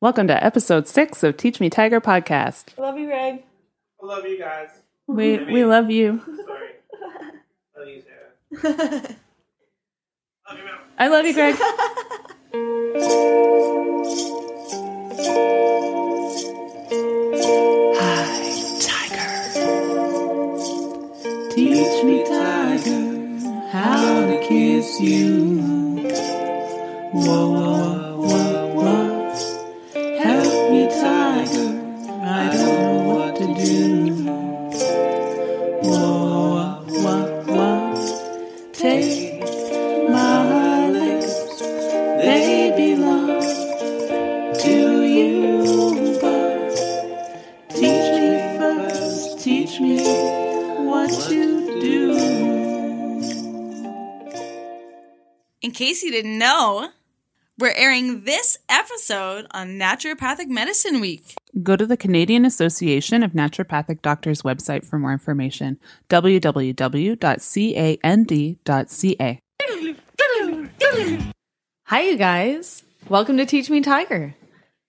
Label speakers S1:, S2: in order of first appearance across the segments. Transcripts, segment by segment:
S1: Welcome to episode six of Teach Me Tiger podcast.
S2: I love you, Reg.
S3: I love you guys.
S1: We we love you.
S3: Sorry. Love you, Sarah. Love you, Mel.
S1: I love you, Greg. Hi, Tiger. Teach me, Tiger, how to kiss you. Whoa, whoa, whoa, whoa. Help me, Tiger. I don't know what to do. Whoa, whoa, whoa. Take my lips. They belong to you, but teach me first. Teach me what to do.
S2: In case you didn't know, we're airing this episode on Naturopathic Medicine Week.
S1: Go to the Canadian Association of Naturopathic Doctors website for more information www.cand.ca.
S4: Hi, you guys. Welcome to Teach Me Tiger,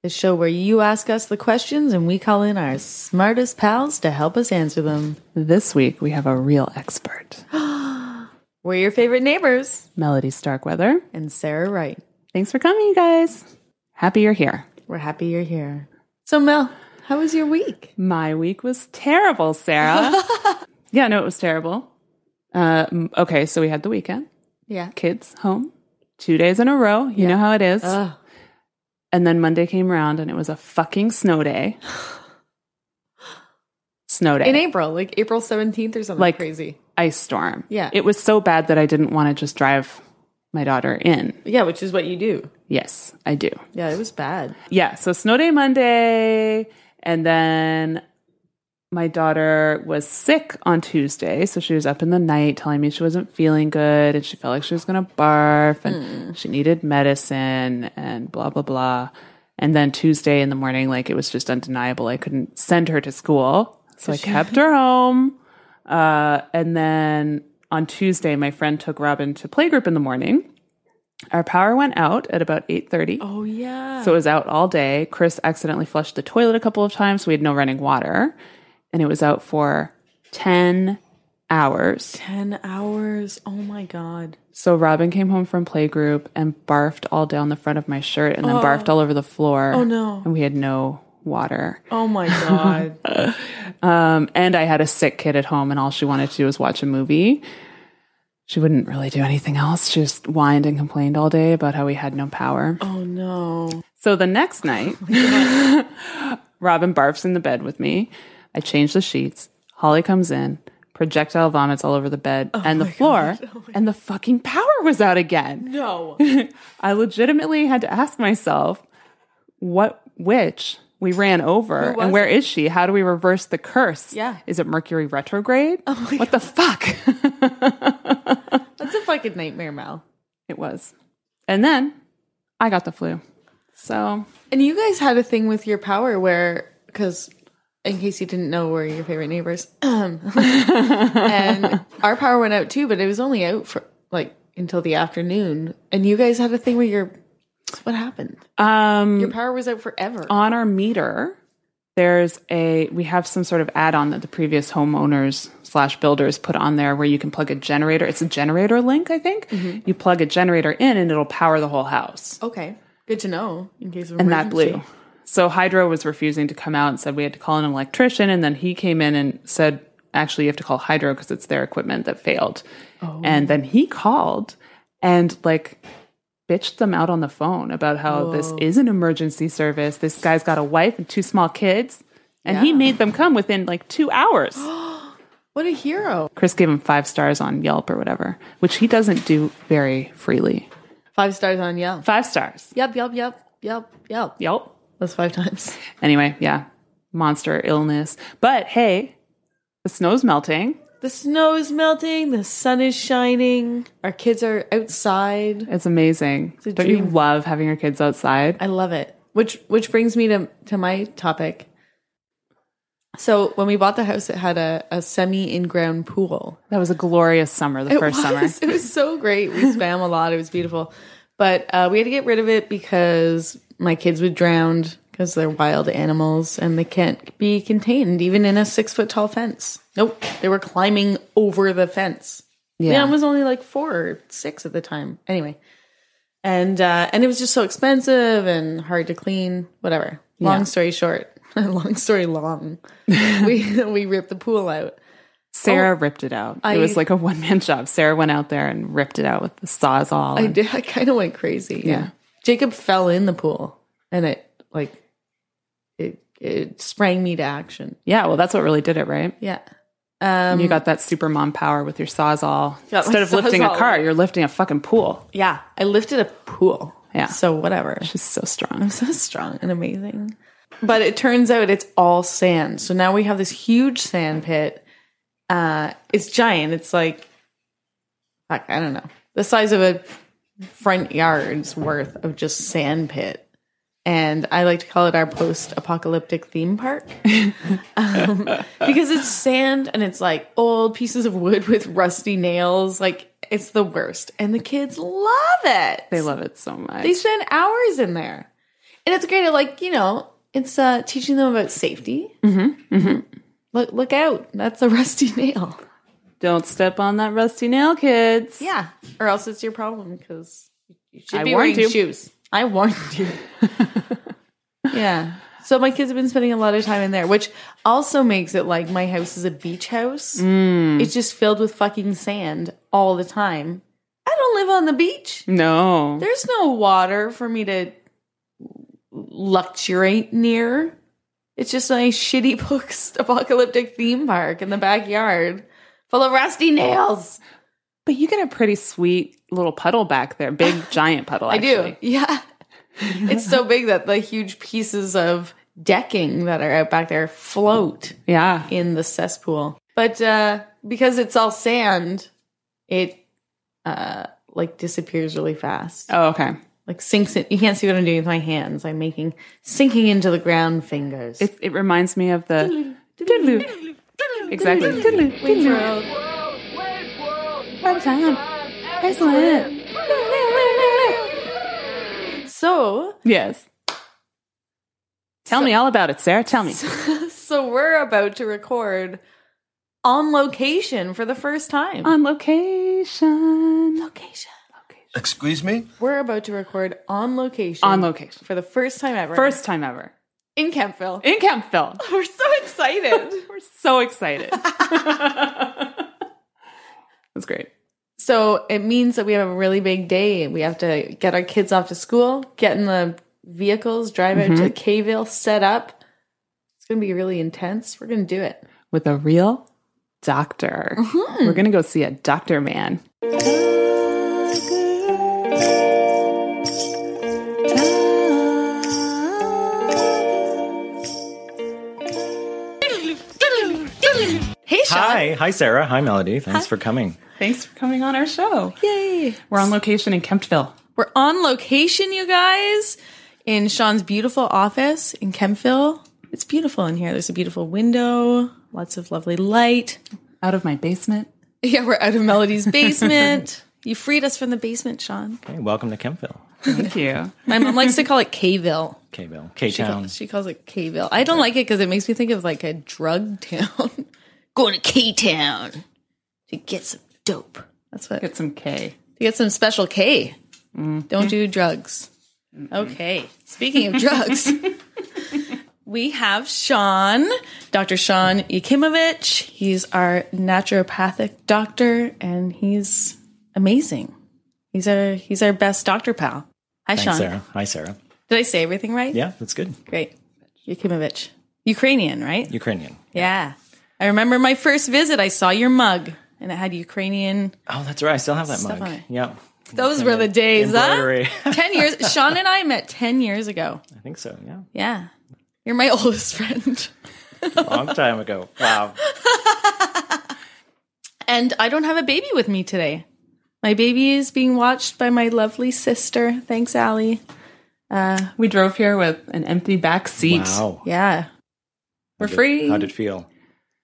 S4: the show where you ask us the questions and we call in our smartest pals to help us answer them.
S1: This week we have a real expert,
S4: We're your favorite neighbors
S1: Melody Starkweather.
S4: and Sarah Wright.
S1: Thanks for coming, you guys. Happy you're here.
S4: We're happy you're here. So, Mel, how was your week?
S1: My week was terrible, Sarah. yeah, no, it was terrible. Uh, m- okay, so we had the weekend,
S4: Yeah.
S1: kids home, two days in a row. You know how it is.
S4: Ugh.
S1: and then Monday came around and it was a fucking snow day. snow day.
S4: In April, like April 17th or something
S1: Like-
S4: crazy.
S1: ice storm.
S4: Yeah.
S1: It was so bad that I didn't want to just drive my daughter in.
S4: Yeah, which is what you do.
S1: Yes, I do.
S4: Yeah, it was bad.
S1: Yeah, so snow day Monday, and then my daughter was sick on Tuesday, so she was up in the night telling me she wasn't feeling good and she felt like she was going to barf and she needed medicine and blah blah blah. And then Tuesday in the morning like it was just undeniable I couldn't send her to school. So I kept her home. Uh, and then on Tuesday my friend took Robin to playgroup in the morning. Our power went out at about 8:30.
S4: Oh, yeah.
S1: So it was out all day. Chris accidentally flushed the toilet a couple of times. We had no running water. And it was out for 10 hours.
S4: 10 hours. Oh, my God.
S1: So Robin came home from playgroup and barfed all down the front of my shirt and then barfed all over the floor. Oh,
S4: no.
S1: And we had no water.
S4: Oh, my God.
S1: Um, and I had a sick kid at home, and all she wanted to do was watch a movie. She wouldn't really do anything else. She just whined and complained all day about how we had no power.
S4: oh, no.
S1: So the next night, Robin barfs in the bed with me. I change the sheets. Holly comes in, projectile vomits all over the bed and the floor, and the fucking power was out again.
S4: No.
S1: I legitimately had to ask myself, what witch we ran over and where is she? How do we reverse the curse?
S4: Yeah.
S1: Is it Mercury retrograde? what the fuck?
S4: That's a fucking nightmare, Mel.
S1: it was. And then I got the flu. So
S4: And you guys had a thing with your power where, because in case you didn't know, we're your favorite neighbors. and our power went out too, but it was only out for like until the afternoon. And you guys had a thing where your what happened?
S1: um
S4: Your power was out forever.
S1: on our meter there's a we have some sort of add-on that the previous homeowners slash builders put on there where you can plug a generator it's a generator link i think you plug a generator in and it'll power the whole house
S4: Okay, good to know. In case of
S1: and that
S4: emergency.
S1: blew so hydro was refusing to come out and said we had to call an electrician and then he came in and said actually you have to call hydro because it's their equipment that failed and then he called and like bitched them out on the phone about how this is an emergency service. This guy's got a wife and two small kids. And he made them come within like two hours.
S4: What a hero!
S1: Chris gave him five stars on Yelp or whatever, which he doesn't do very freely.
S4: Five stars on Yelp.
S1: Five stars.
S4: Yep, yep, yep, yep, yep.
S1: Yelp.
S4: That's five times.
S1: Anyway, yeah. Monster illness. But hey, the snow's melting.
S4: The snow is melting. The sun is shining. Our kids are outside.
S1: It's amazing.
S4: a
S1: Don't you
S4: dream.
S1: love having your kids outside?
S4: I love it. Which which brings me to to my topic. So when we bought the house, it had a, a semi in ground pool.
S1: That was a glorious summer, the
S4: It
S1: first summer.
S4: was, It was so great. We swam a lot. It was beautiful. But uh, we had to get rid of it because my kids would drown because they're wild animals and they can't be contained even in a six foot tall fence. Nope, they were climbing over the fence.
S1: Yeah.
S4: Leon was only like four or six at the time. Anyway, and uh, and it was just so expensive and hard to clean. Whatever. Long
S1: Yeah.
S4: story short, long story long. we we ripped the pool out.
S1: Sarah ripped it out.
S4: I-
S1: it was like a one man job. Sarah went out there and ripped it out with the sawzall.
S4: I
S1: and-
S4: did. I kind of went crazy. Yeah. Jacob fell in the pool, and it like it it sprang me to action.
S1: Yeah, well, that's what really did it, right?
S4: Yeah. Um.
S1: you got that super mom power with your sawzall.
S4: Got my
S1: Instead of lifting a
S4: Sawzall.
S1: car, you're lifting a fucking pool.
S4: yeah. I lifted a pool.
S1: Yeah.
S4: So whatever.
S1: She's so strong.
S4: so strong and amazing. But it turns out it's all sand. So now we have this huge sand pit. Uh, it's giant. It's like, fuck, I don't know, the size of a front yard's worth of just sand pit. And I like to call it our post apocalyptic theme park um, because it's sand and it's like old pieces of wood with rusty nails. Like, it's the worst. And the kids love it.
S1: They love it so much.
S4: They spend hours in there. And it's great at like, you know, it's uh teaching them about safety. Mm-hmm. Look look out. That's a rusty nail.
S1: Don't step on that rusty nail, kids.
S4: Yeah. Or else it's your problem because you should
S1: I
S4: be
S1: warned
S4: wearing
S1: you.
S4: shoes. I warned you. yeah. So my kids have been spending a lot of time in there, which also makes it like my house is a beach house. It's just filled with fucking sand all the time. I don't live on the beach.
S1: No.
S4: There's no water for me to luxuriate near. It's just a shitty post apocalyptic theme park in the backyard full of rusty nails.
S1: But you get a pretty sweet little puddle back there. Big giant puddle.
S4: I do.
S1: actually.
S4: Yeah. it's so big that the huge pieces of decking that are out back there float
S1: Yeah.
S4: in the cesspool. But uh, because it's all sand, it uh, like disappears really fast.
S1: Oh, okay.
S4: like sinks in. You can't see what I'm doing with my hands. I'm making sinking into the ground fingers.
S1: It, it reminds me of the. Doodaloo. Exactly. Doodaloo.
S4: Wayne's
S1: Doodaloo.
S4: World.
S1: Prime time. Excellent.
S4: So,
S1: Yes. Tell me all about it, Sarah. Tell me.
S4: so we're about to record on location for the first time.
S1: On location.
S4: location.
S5: Excuse me?
S4: We're about to record on location.
S1: On location.
S4: for the first time ever.
S1: First time ever.
S4: in Campville.
S1: In Campville.
S4: We're so excited.
S1: We're so excited. That's great.
S4: So it means that we have a really big day. We have to get our kids off to school, get in the vehicles, drive out to Kayville, set up. It's going to be really intense. We're going to do it.
S1: With a real doctor. We're going to go see a doctor man.
S4: Hey, Sean.
S6: Hi. Hi, Sarah. Hi, Melody. Thanks for coming.
S1: Thanks for coming on our show.
S4: Yay.
S1: We're on location in Kemptville.
S4: We're on location, you guys, in Sean's beautiful office in Kempville. It's beautiful in here. There's a beautiful window, lots of lovely light.
S1: Out of my basement.
S4: Yeah, we're out of Melody's basement. you freed us from the basement, Sean.
S6: Okay, welcome to Kempville.
S1: Thank you.
S4: My mom likes to call it Kayville.
S6: Kville. K Town.
S4: She calls it Kville. I don't like it because it makes me think of like a drug town. Going to K Town to get some dope. That's what.
S1: Get some K.
S4: To get some special K.
S6: Mm-hmm.
S4: Don't do drugs. Okay. Speaking of drugs, we have Sean, Dr. Sean Yakimovich. He's our naturopathic doctor, and he's amazing. He's our he's our best doctor pal. Hi,
S6: Thanks,
S4: Sean.
S6: Sarah. Hi, Sarah.
S4: Did I say everything right?
S6: Yeah, that's good.
S4: Great. Yakimovich. Ukrainian, right?
S6: Ukrainian.
S4: yeah. I remember my first visit, I saw your mug and it had Ukrainian.
S6: Oh, that's right. I still have that
S4: Stuff on
S6: mug.
S4: it.
S6: Yeah.
S4: Those were the days, huh?
S6: Embroidery.
S4: 10 years. Sean and I met 10 years ago.
S6: I think so. Yeah.
S4: Yeah. You're my oldest friend.
S6: Long time ago. Wow.
S4: And I don't have a baby with me today. My baby is being watched by my lovely sister. Thanks, Allie.
S1: We drove here with an empty back seat.
S6: Wow.
S4: Yeah.
S1: We're free.
S6: How'd it feel?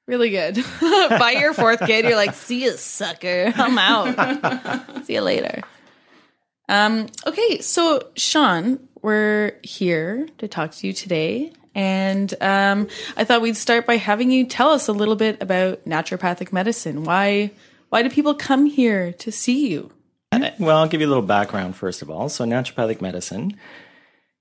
S4: Really good. By your fourth kid, you're like, see you, sucker. I'm out. see you later. Um, okay, so Sean, we're here to talk to you today. And um, I thought we'd start by having you tell us a little bit about naturopathic medicine. Why why do people come here to see you?
S6: Uh, Well, I'll give you a little background first of all. So, naturopathic medicine,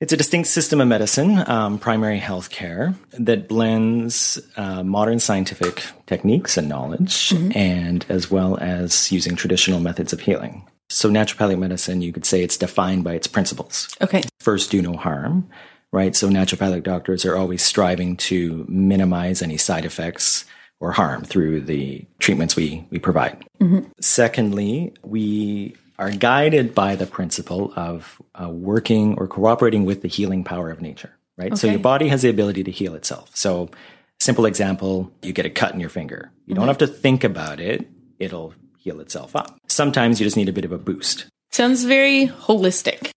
S6: it's a distinct system of medicine, um, primary health care, that blends uh, modern scientific techniques and knowledge, and as well as using traditional methods of healing. So, naturopathic medicine, you could say it's defined by its principles
S4: Okay.
S6: first do no harm, right? So naturopathic doctors are always striving to minimize any side effects or harm through the treatments we, we provide. Secondly, we are guided by the principle of uh, working or cooperating with the healing power of nature, right? So
S4: Okay.
S6: your body has the ability to heal itself. So, simple example, you get a cut in your finger. You don't have to think about it, it'll heal itself up. Sometimes you just need a bit of a boost
S4: Sounds very holistic.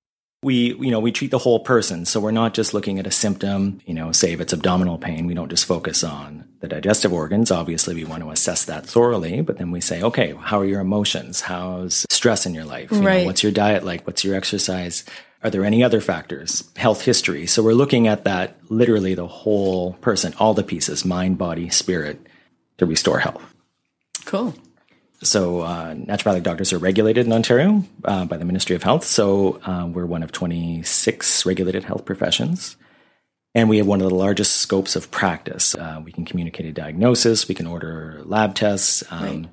S6: we you know we treat the whole person so we're not just looking at a symptom you know say if it's abdominal pain we don't just focus on the digestive organs obviously we want to assess that thoroughly but then we say okay how are your emotions how's stress in your life you
S4: Right.
S6: know, what's your diet like what's your exercise are there any other factors health history so we're looking at that literally the whole person all the pieces mind body spirit to restore health
S4: Cool.
S6: so uh, naturopathic doctors are regulated in Ontario uh, by the Ministry of Health. So uh, we're one of 26 regulated health professions. And we have one of the largest scopes of practice. Uh, we can communicate a diagnosis. We can order lab tests. Um,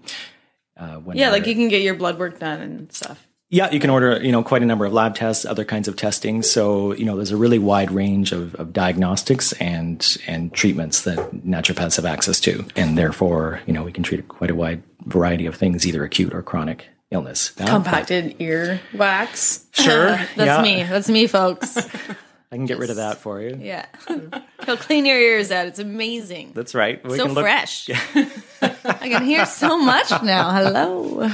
S6: uh, when
S4: Yeah,
S6: we're-
S4: like you can get your blood work done and stuff.
S6: yeah, you can order, you know, quite a number of lab tests, other kinds of testing. So, you know, there's a really wide range of, of diagnostics and and treatments that naturopaths have access to. And therefore, you know, we can treat quite a wide variety of things, either acute or chronic illness. Now,
S4: Compacted ear wax.
S6: Sure.
S4: That's
S6: yeah,
S4: me. That's me, folks.
S6: I can get rid of that for you.
S4: yeah. He'll clean your ears out. It's amazing.
S6: That's right. We
S2: so
S6: can look-
S2: fresh.
S4: I can hear so much now. Hello.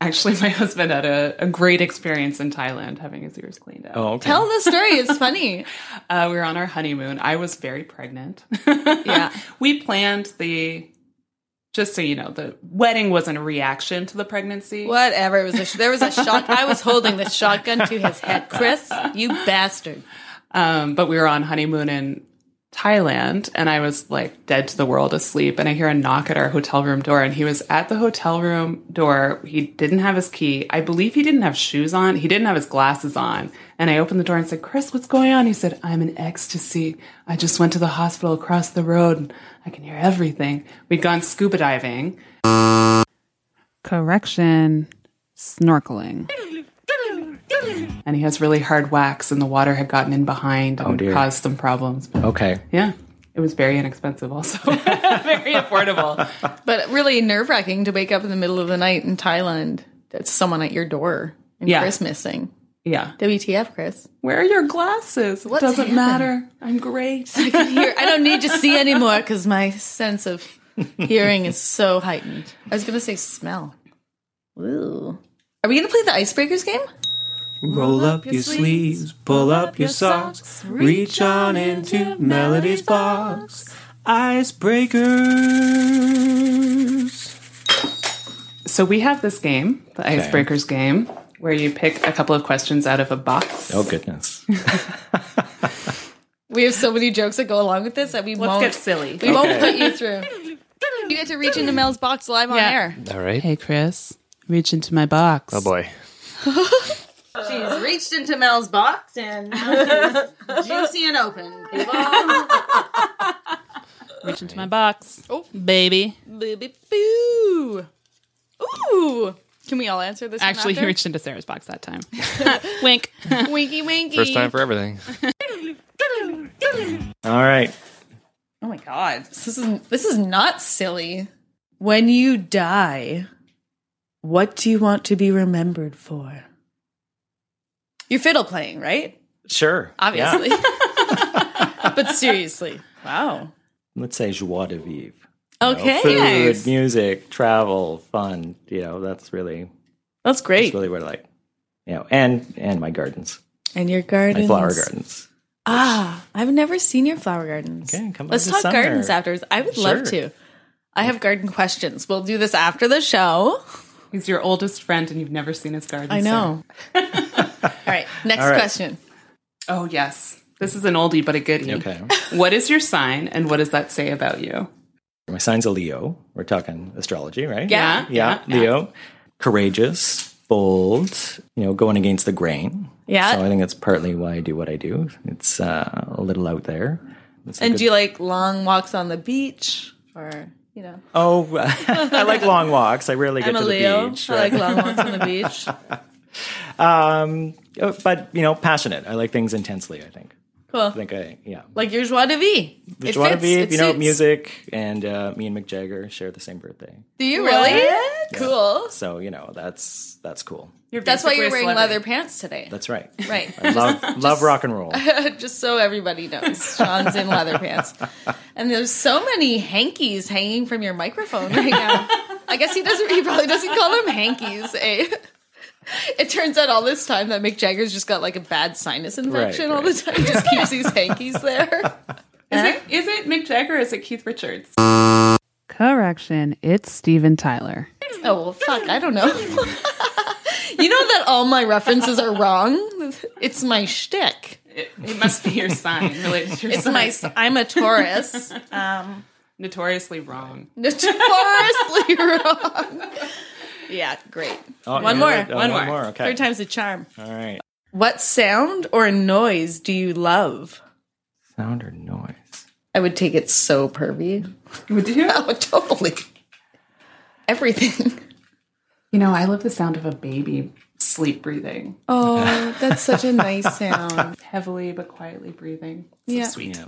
S1: Actually, my husband had a, a great experience in Thailand having his ears cleaned out.
S6: Oh, okay.
S4: Tell the story. It's funny.
S1: Uh, we were on our honeymoon. I was very pregnant.
S4: Yeah.
S1: we planned the, just so you know, the wedding wasn't a reaction to the pregnancy.
S4: Whatever. It was a sh- there was a shot. I was holding the shotgun to his head. Chris, you bastard.
S1: Um, but we were on honeymoon in Thailand and I was like dead to the world asleep. And I hear a knock at our hotel room door and he was at the hotel room door. He didn't have his key. I believe he didn't have shoes on. He didn't have his glasses on. And I opened the door and said, Chris, what's going on? He said, I'm in ecstasy. I just went to the hospital across the road. and I can hear everything. We'd gone scuba diving. Correction, snorkeling. And he has really hard wax, and the water had gotten in behind and
S6: dear.
S1: caused some problems.
S6: okay.
S1: Yeah. It was very inexpensive, also. very affordable.
S4: But really nerve wracking to wake up in the middle of the night in Thailand. That's someone at your door and
S1: Yeah.
S4: Chris missing.
S1: Yeah.
S4: WTF, Chris?
S1: Wear your glasses. It doesn't
S4: happened?
S1: matter. I'm great.
S4: I can hear. I don't need to see anymore because my sense of hearing is so heightened. I was gonna say smell. Ooh. Are we gonna play the icebreakers game?
S5: Roll up your sleeves, pull up your socks, reach on into Melody's box. Icebreakers.
S1: So, we have this game, the
S6: Okay.
S1: Icebreakers game, where you pick a couple of questions out of a box.
S6: Oh goodness.
S4: We have so many jokes that go along with this that we
S1: Let's
S4: won't.
S1: get silly.
S4: we won't put you through. You get to reach into Mel's box live on
S1: Yeah.
S4: air.
S5: All right.
S1: Hey, Chris, reach into my box.
S5: Oh boy.
S7: She's reached into Mel's box and juicy and open.
S1: Reach into my box. Oh, baby.
S4: Booby boo. Ooh. Can we all answer this? one
S1: Actually, he
S4: after?
S1: reached into Sarah's box that time. Wink.
S4: winky winky.
S5: First time for everything.
S6: All right.
S4: Oh my god. This is this is not silly. When you die, what do you want to be remembered for? You're fiddle playing, right?
S6: Sure. Yeah.
S4: Obviously. but seriously. Wow.
S6: Let's say joie de vivre. You know,
S4: Okay.
S6: food, music, travel, fun. You know, that's really
S4: That's
S6: It's
S4: great.
S6: really what I like. You know, and and my gardens,
S4: and your garden.
S6: my flower gardens.
S4: Ah, I've never seen your flower gardens.
S6: Okay, come
S4: Let's
S6: over
S4: talk
S6: summer.
S4: gardens afterwards. I would love
S6: Sure.
S4: to. I have garden questions. We'll do this after the show.
S1: He's your oldest friend, and you've never seen his garden.
S4: I know. All right. Next
S6: All right.
S4: question.
S1: So- Oh yes, this is an oldie but a goodie.
S6: Okay.
S1: What is your sign, and what does that say about you?
S6: My sign's a Leo. We're talking astrology, right?
S1: Yeah.
S6: Yeah, Leo. Courageous, bold, you know, going against the grain.
S4: Yeah.
S6: So I think that's partly why I do what I do. It's uh, a little out there. It's a
S4: and
S6: good-
S4: do you like long walks on the beach or, you know?
S6: Oh, I like long walks. I rarely get
S4: I'm a
S6: to the
S4: Leo.
S6: beach.
S4: I
S6: right?
S4: like long walks on the beach.
S6: Uh, but you know, passionate. I like things intensely. I think.
S4: Cool.
S6: I think I yeah.
S4: Like your joie de vivre.
S6: Like,
S4: It
S6: you want to
S4: fits.
S6: be,
S4: It
S6: you know,
S4: suits.
S6: music and uh, me and Mick Jagger share the same birthday.
S4: Do you really? Cool.
S6: So you know, that's that's cool.
S4: That's why you're
S1: basically a
S4: wearing
S1: celebrity.
S4: leather pants today.
S6: That's right.
S4: right.
S6: I love love rock and roll.
S4: Just so everybody knows, Sean's in leather pants. And there's so many hankies hanging from your microphone right now. I guess he doesn't. He probably doesn't call them hankies. Eh? It turns out all this time that Mick Jagger's just got like a bad sinus infection all the
S6: right.
S4: time. Just keeps these hankies there.
S1: Is it, is it Mick Jagger or is it Keith Richards? Correction, it's Steven Tyler.
S4: Oh well, fuck. I don't know. you know that all my references are wrong. It's my shtick.
S1: It, it must be your sign related to your
S4: It's
S1: sign.
S4: my. I'm a Taurus.
S1: Notoriously wrong.
S4: notoriously wrong. Yeah, great.
S6: Oh,
S4: One
S6: you know
S4: more,
S6: what? Oh,
S1: one
S6: one
S1: more.
S6: more. Okay.
S4: time's the charm.
S6: All right.
S4: What sound or noise do you love?
S6: Sound or noise?
S4: I would take it so pervy.
S1: Would you?
S4: Oh, totally. Everything.
S1: You know, I love the sound of a baby sleep breathing.
S4: Oh, that's such a nice sound.
S1: Heavily but quietly breathing.
S4: Yeah.
S1: sweet.
S6: Yeah.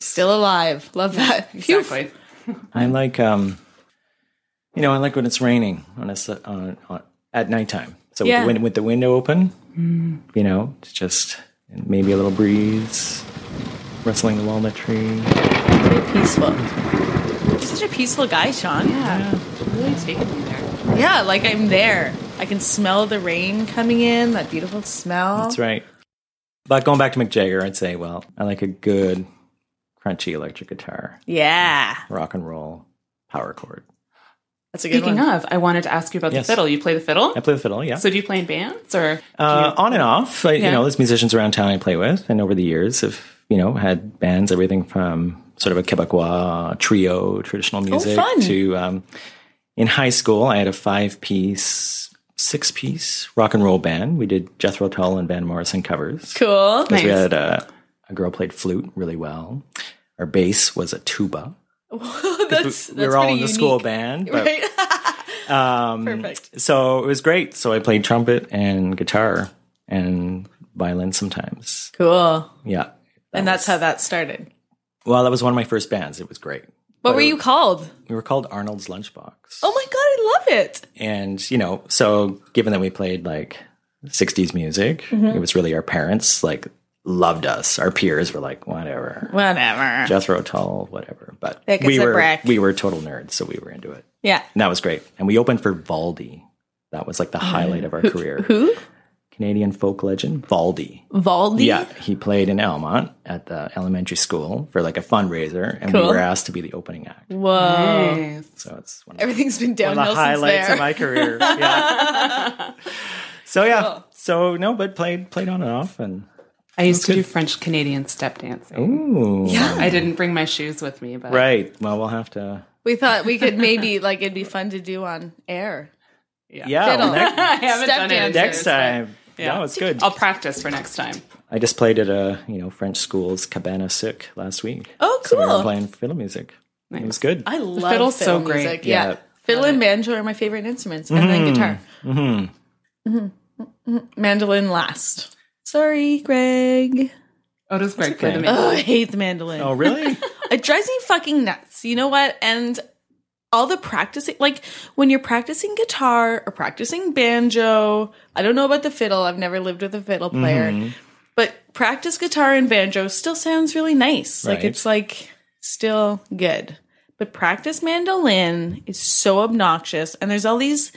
S4: Still alive. Love that. Phew.
S1: Exactly.
S6: I like um, you know, I like when it's raining on a s- on, on at nighttime. So
S4: Yeah.
S6: when, with the window open, you know, it's just and maybe a little breeze, rustling the walnut tree.
S4: Very peaceful. You're such a peaceful guy, Sean. Yeah.
S1: Really taking me there.
S4: Yeah, like I'm there. I can smell the rain coming in, that beautiful smell.
S6: That's right. But going back to Mick Jagger, I'd say, well, I like a good crunchy electric guitar,
S4: Yeah.
S6: rock and roll, power chord.
S4: That's a good
S1: Speaking
S4: one.
S1: of, I wanted to ask you about
S6: Yes.
S1: the fiddle. You play the fiddle?
S6: I play the fiddle, yeah.
S1: So do you play in bands or
S6: uh, on and off. I,
S1: Yeah.
S6: You know, there's musicians around town I play with, and over the years have you know had bands, everything from sort of a Quebecois trio, traditional music,
S4: Oh, fun.
S6: to um, in high school I had a five piece, six piece rock and roll band. We did Jethro Tull and Van Morrison covers.
S4: Cool.
S6: We
S1: Nice.
S6: had a, a girl played flute really well. Our bass was a tuba.
S4: that's,
S6: we were all in the school band, but
S4: Perfect.
S6: so it was great. So I played trumpet and guitar and violin sometimes.
S4: Cool.
S6: Yeah.
S4: and that's how that started.
S6: Well, that was one of my first bands. It was great.
S4: What were you called?
S6: We were called Arnold's Lunchbox.
S4: Oh my god, I love it.
S6: And, you know, so given that we played like 60s music,
S4: Mm-hmm.
S6: it was really our parents like loved us. Our peers were like, whatever.
S4: Whatever.
S6: Jethro Tull, whatever. But
S4: Thick
S6: we
S4: as a
S6: were
S4: brick.
S6: we were total nerds, so we were into it.
S4: yeah.
S6: And that was great. And we opened for Valdi. That was like the highlight of our career.
S4: Mm-hmm. Who? Mm-hmm.
S6: Canadian folk legend, Valdi.
S4: Valdi?
S6: Yeah, he played in Elmont at the elementary school for like a fundraiser, and we
S4: Cool.
S6: were asked to be the opening act. Oh.
S4: Whoa.
S6: So it's one of,
S4: Everything's been
S6: one of
S4: downhill
S6: the
S4: since
S6: highlights
S4: there.
S6: of my career. Yeah. so yeah, so no, but played played on and off, and
S1: I used to do French Canadian step dancing.
S6: ooh,
S1: I didn't bring my shoes with me, but
S6: right. Well, we'll have to.
S4: we thought we could maybe like it'd be fun to do on air.
S6: Yeah, well,
S4: Fiddle.
S6: next,
S1: I haven't
S4: Step
S1: done it.
S4: dancers.
S6: next time. Yeah, no, it's good.
S1: I'll practice for next time.
S6: I just played at a you know French school's Cabana Sick last week.
S4: Oh,
S6: So we were
S4: cool.
S6: playing fiddle music. It was good.
S4: I love
S1: fiddle's
S4: fiddle
S1: so great.
S4: music.
S6: Yeah.
S4: Yeah. Fiddle and banjo are my favorite instruments, and then guitar. Mm-hmm. Mandolin last. Sorry, Greg.
S1: Oh, does Greg play
S6: okay.
S1: the
S4: Oh,
S1: mandolin?
S4: I hate the mandolin.
S6: oh, really?
S4: It drives me fucking nuts. You know what? And all the practicing, like when you're practicing guitar or practicing banjo, I don't know about the fiddle. I've never lived with a fiddle player, but practice guitar and banjo still sounds really nice. Like
S6: Right.
S4: it's like still good. But practice mandolin is so obnoxious, and there's all these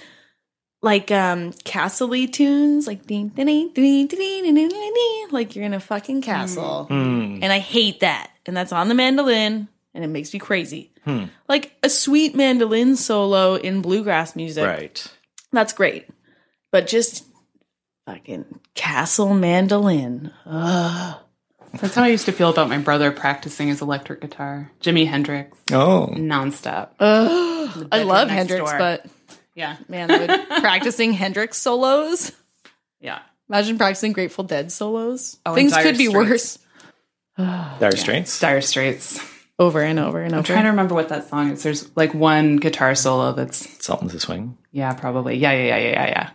S4: like um castle tunes, like ding ding ding ding ding ding ding ding, ding, like you're in a fucking castle and I hate that. And that's on the mandolin, and it makes me crazy. Like a sweet mandolin solo in bluegrass music
S6: right.
S4: That's great. But just fucking Castle Mandolin. Ugh.
S1: That's how I used to feel about my brother practicing his electric guitar. Jimi Hendrix,
S6: Oh,
S1: nonstop.
S4: Ugh. I
S1: bedroom
S4: love
S1: next
S4: Hendrix,
S1: door.
S4: but
S1: Yeah.
S4: man, I would- practicing Hendrix solos.
S1: Yeah.
S4: Imagine practicing Grateful Dead solos.
S1: Oh, and
S4: Things
S1: Dire
S4: could be
S1: Straits.
S4: worse.
S6: Dire Straits.
S1: Dire Straits.
S4: Over and over and
S1: I'm
S4: over.
S1: trying to remember what that song is. There's like one guitar solo that's
S6: Sultan's a swing.
S1: yeah, probably. Yeah, yeah, yeah, yeah, yeah, yeah.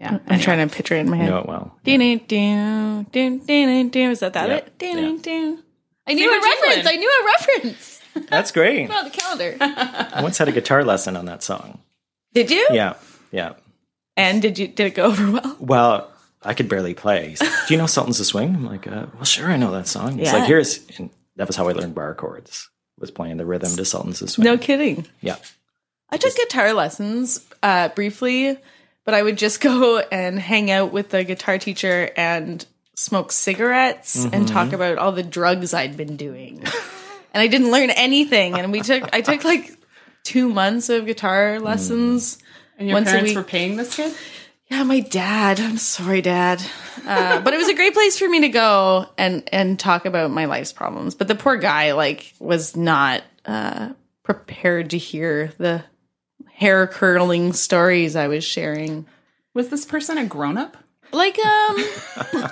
S1: Yeah.
S4: I'm trying to picture it in my
S6: You
S4: head.
S6: know it well.
S4: Do-do-do, do-do-do-do. Is that that
S6: Yeah,
S4: it? Do-do-do. I knew a reference. I knew a reference.
S6: That's great.
S4: On the calendar.
S6: I once had a guitar lesson on that song.
S4: Did you?
S6: Yeah, yeah.
S4: And did you? Did it go over well?
S6: Well, I could barely play. He's like, Do you know Sultan's a swing? I'm like, uh, well, sure, I know that song. He's
S4: Yeah.
S6: like, here's, and that was how I learned bar chords. Was playing the rhythm to Sultan's a swing.
S4: No kidding.
S6: Yeah.
S4: I took guitar lessons uh, briefly, but I would just go and hang out with the guitar teacher and smoke cigarettes and
S6: Mm-hmm.
S4: talk about all the drugs I'd been doing. and I didn't learn anything. And we took I took like two months of guitar lessons.
S6: Mm.
S1: And your
S4: Once a
S1: parents
S4: week.
S1: were paying this kid?
S4: Yeah, my dad. I'm sorry, dad. Uh, but it was a great place for me to go and and talk about my life's problems. But the poor guy, like, was not uh, prepared to hear the hair curling stories I was sharing.
S1: Was this person a grown up?
S4: Like um,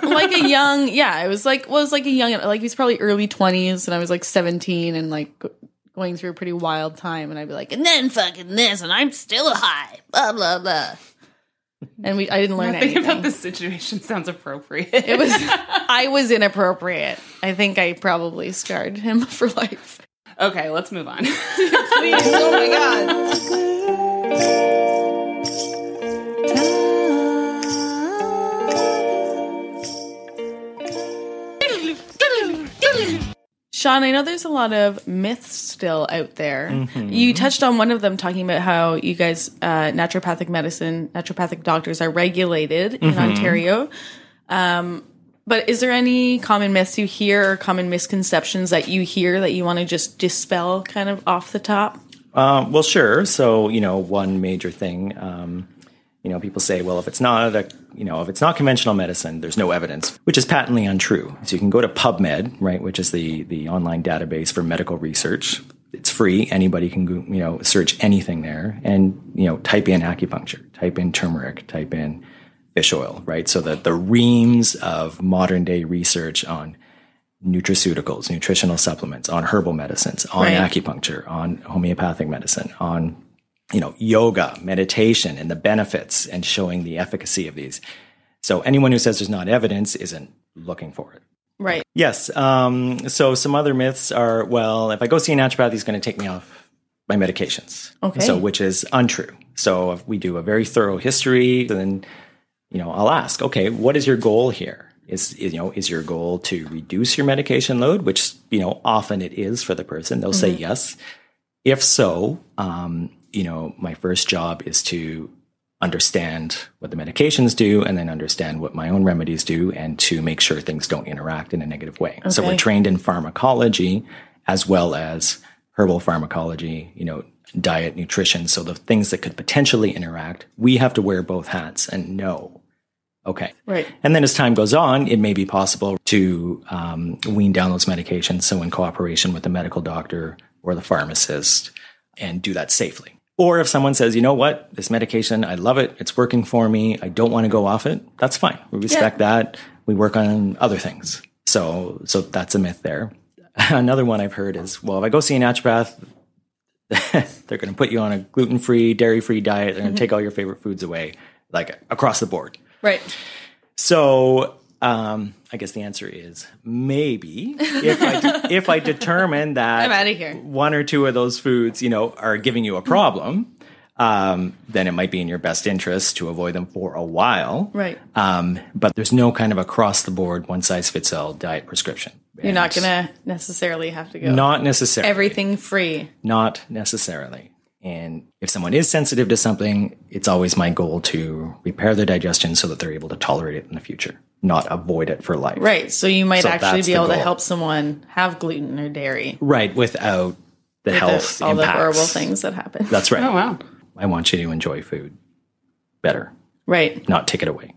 S4: like a young yeah. It was like well, it was like a young like he's probably early twenties, and I was like seventeen and like g- going through a pretty wild time. And I'd be like, and then fucking this, and I'm still high, blah blah blah. And we, I didn't learn
S1: Nothing
S4: anything.
S1: about this situation sounds appropriate.
S4: It was I was inappropriate. I think I probably scarred him for life.
S1: okay, let's move on.
S7: Oh my god.
S4: Sean, I know there's a lot of myths still out there. You touched on one of them talking about how you guys, uh, naturopathic medicine, naturopathic doctors are regulated in Ontario. Um, but is there any common myths you hear or common misconceptions that you hear that you want to just dispel kind of off the top?
S6: Um, well, sure. So you know, one major thing, um, you know, people say, well, if it's not a, you know, if it's not conventional medicine, there's no evidence, which is patently untrue. So you can go to PubMed, right, which is the the online database for medical research. It's free. Anybody can, go, you know, search anything there, and you know, type in acupuncture, type in turmeric, type in fish oil, right? So that the reams of modern day research on nutraceuticals, nutritional supplements, on herbal medicines, on
S4: Right.
S6: acupuncture, on homeopathic medicine, on you know yoga, meditation, and the benefits, and showing the efficacy of these. So anyone who says there's not evidence isn't looking for it.
S4: Right.
S6: Yes. Um, so some other myths are well, if I go see a naturopath, he's going to take me off my medications.
S4: Okay.
S6: So which is untrue. So if we do a very thorough history, then you know I'll ask, okay, what is your goal here? Is is, you know is your goal to reduce your medication load, which you know often it is for the person. They'll say yes. If so, um, you know my first job is to understand what the medications do and then understand what my own remedies do and to make sure things don't interact in a negative way. So we're
S4: Okay.
S6: trained in pharmacology as well as herbal pharmacology, you know, diet, nutrition. So the things that could potentially interact, we have to wear both hats and know. Okay.
S4: Right.
S6: And then as time goes on, it may be possible to um, wean down those medications. So in cooperation with the medical doctor or the pharmacist and do that safely. Or if someone says, you know what, this medication, I love it. It's working for me. I don't want to go off it. That's fine. We respect that. We work on other things. So, so that's a myth there. Another one I've heard is, well, if I go see a naturopath, they're going to put you on a gluten free, dairy free diet. They're going to take all your favorite foods away, like across the board.
S4: Right.
S6: So um, I guess the answer is maybe if I, if I determine that
S4: I'm outta here.
S6: one or two of those foods, you know, are giving you a problem, um, then it might be in your best interest to avoid them for a while.
S4: Right.
S6: Um, but there's no kind of across the board one size fits all diet prescription.
S4: You're not going to necessarily have to go
S6: Not necessarily.
S4: everything free.
S6: Not necessarily. And if someone is sensitive to something, it's always my goal to repair their digestion so that they're able to tolerate it in the future, not avoid it for life.
S4: Right. So you might
S6: So
S4: actually
S6: that's
S4: be
S6: the
S4: able to
S6: goal.
S4: help someone have gluten or dairy.
S6: Right, without the health
S4: all the
S6: impacts. Oh,
S4: horrible things that happen.
S6: That's right.
S1: Oh wow.
S6: I want you to enjoy food. better,
S4: Right.
S6: not take it away.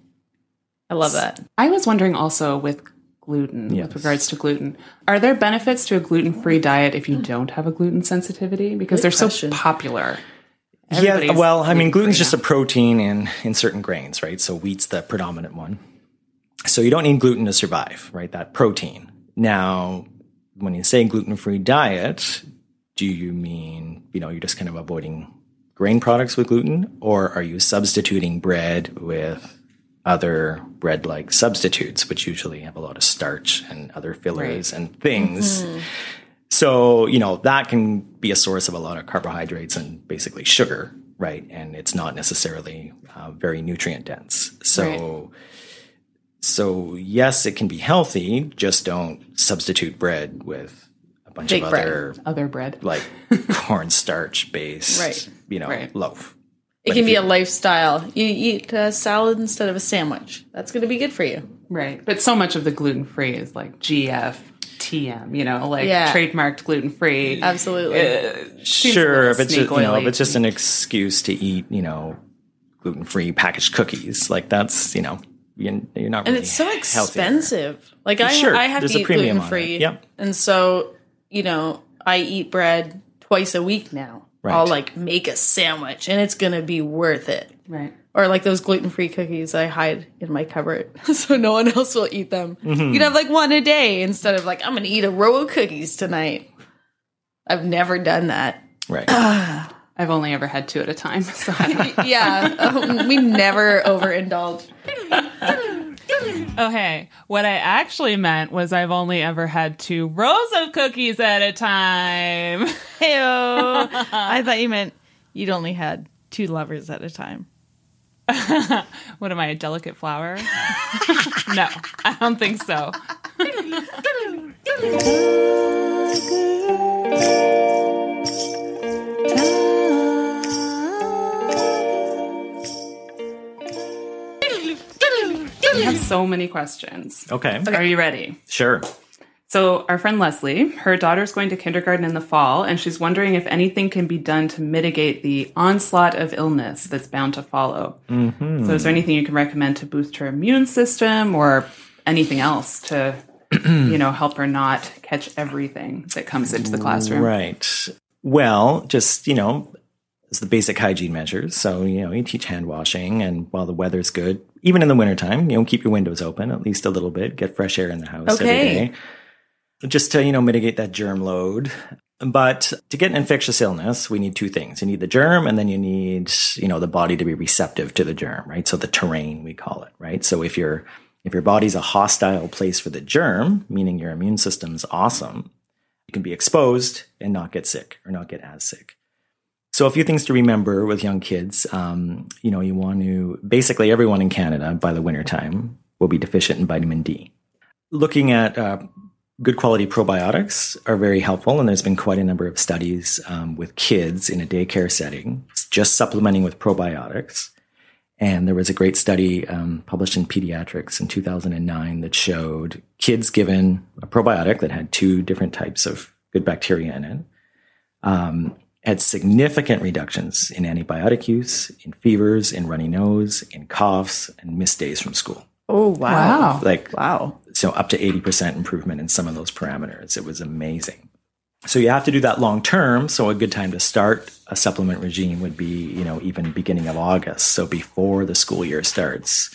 S4: I love that.
S1: I was wondering also with gluten,
S6: Yes.
S1: with regards to gluten, are there benefits to a gluten free diet if you don't have a gluten sensitivity? Because they're so popular. Everybody's
S6: yeah, well, I mean, gluten's
S1: gluten-free
S6: just a protein in in certain grains, right? So wheat's the predominant one. So you don't need gluten to survive, right? That protein. Now, when you say gluten-free diet, do you mean, you know, you're just kind of avoiding grain products with gluten or are you substituting bread with other bread-like substitutes which usually have a lot of starch and other fillers and things?
S4: Mm-hmm.
S6: So, you know, that can be a source of a lot of carbohydrates and basically sugar, right? And it's not necessarily uh, very nutrient dense. So, so yes, it can be healthy. Just don't substitute bread with a bunch
S4: Fake
S6: of
S4: bread.
S6: other
S1: Other bread.
S6: like cornstarch based,
S4: Right.
S6: you know,
S1: Right.
S6: loaf.
S4: It can be a lifestyle. You eat a salad instead of a sandwich. That's going to be good for you.
S1: Right. But so much of the gluten free is like GF, TM, you know, like
S4: Yeah.
S1: trademarked gluten free.
S4: Absolutely.
S1: seems a
S6: sure
S1: little
S6: if it's
S1: snake
S6: just, you know
S1: oily
S6: if it's
S1: to
S6: just an excuse to eat you know gluten free packaged cookies like that's you know you're, you're not
S4: and
S6: really
S4: it's so
S6: healthier.
S4: expensive. Like I,
S6: Sure,
S4: I have
S6: there's
S4: to
S6: a
S4: eat
S6: premium on
S4: gluten
S6: it.
S4: free.
S6: Yep.
S4: And so you know, I eat bread twice a week now.
S6: Right.
S4: I'll like make a sandwich, and it's going to be worth it.
S1: Right.
S4: Or like those gluten free cookies I hide in my cupboard, so no one else will eat them.
S8: Mm-hmm.
S4: You can have like one a day instead of like I'm going to eat a row of cookies tonight. I've never done that.
S6: right
S1: I've only ever had two at a time. So I don't-
S4: Yeah, um, we never overindulge.
S1: Okay. What I actually meant was I've only ever had two rows of cookies at a time.
S8: Heyo. I thought you meant you'd only had two lovers at a time.
S1: What am I, a delicate flower? no, I don't think so. I have so many questions.
S6: okay
S1: Are you ready?
S6: sure
S1: So, our friend Leslie, her daughter's going to kindergarten in the fall, and she's wondering if anything can be done to mitigate the onslaught of illness that's bound to follow.
S6: Mm-hmm.
S1: So, is there anything you can recommend to boost her immune system or anything else to, you know, help her not catch everything that comes into the classroom?
S6: right well just you know it's the basic hygiene measures so you know you teach hand washing and while the weather's good even in the wintertime you know keep your windows open at least a little bit get fresh air in the house
S1: Okay.
S6: every day just to you know mitigate that germ load but to get an infectious illness we need two things you need the germ and then you need you know the body to be receptive to the germ right so the terrain we call it right so if your if your body's a hostile place for the germ meaning your immune system's awesome you can be exposed and not get sick or not get as sick so a few things to remember with young kids um, you know you want to basically everyone in canada by the wintertime will be deficient in vitamin d looking at uh, good quality probiotics are very helpful, and there's been quite a number of studies um, with kids in a daycare setting just supplementing with probiotics. And there was a great study um, published in Pediatrics in 2009 that showed kids given a probiotic that had two different types of good bacteria in it um, had significant reductions in antibiotic use, in fevers, in runny nose, in coughs, and missed days from school.
S4: Oh wow!
S6: Like
S4: Wow.
S6: so up to 80% improvement in some of those parameters. It was amazing. So you have to do that long term. So a good time to start a supplement regime would be, you know, even beginning of August. So before the school year starts,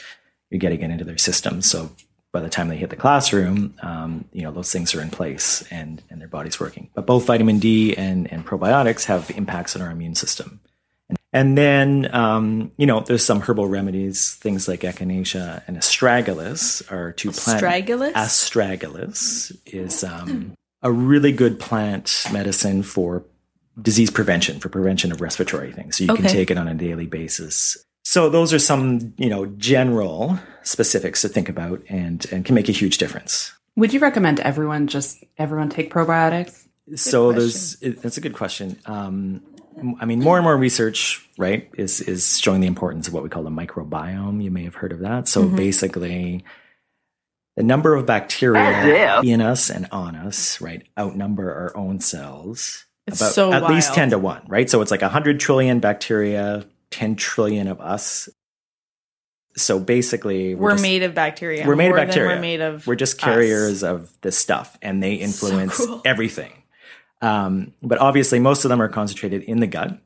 S6: you're getting it into their system. So by the time they hit the classroom, um, you know, those things are in place and, and their body's working. But both vitamin D and, and probiotics have impacts on our immune system. And then, um, you know, there's some herbal remedies, things like echinacea and astragalus are two plants.
S2: Astragalus?
S6: Astragalus is um, a really good plant medicine for disease prevention, for prevention of respiratory things. So you can take it on a daily basis. So those are some, you know, general specifics to think about and, and can make a huge difference.
S1: Would you recommend everyone just everyone take probiotics?
S6: so there's it, that's a good question. Um, m- I mean, more and more research, right, is is showing the importance of what we call the microbiome. You may have heard of that. So basically, the number of bacteria in us and on us, right, outnumber our own cells.
S4: It's so
S6: at least
S4: wild.
S6: ten to one, right? So it's like hundred trillion bacteria, ten trillion of us. So basically,
S8: We're
S6: just-
S8: made of bacteria.
S6: We're made of
S8: more than
S6: bacteria.
S8: We're made of.
S6: We're just
S8: us.
S6: carriers of this stuff, and they influence everything. Um, but obviously, most of them are concentrated in the gut,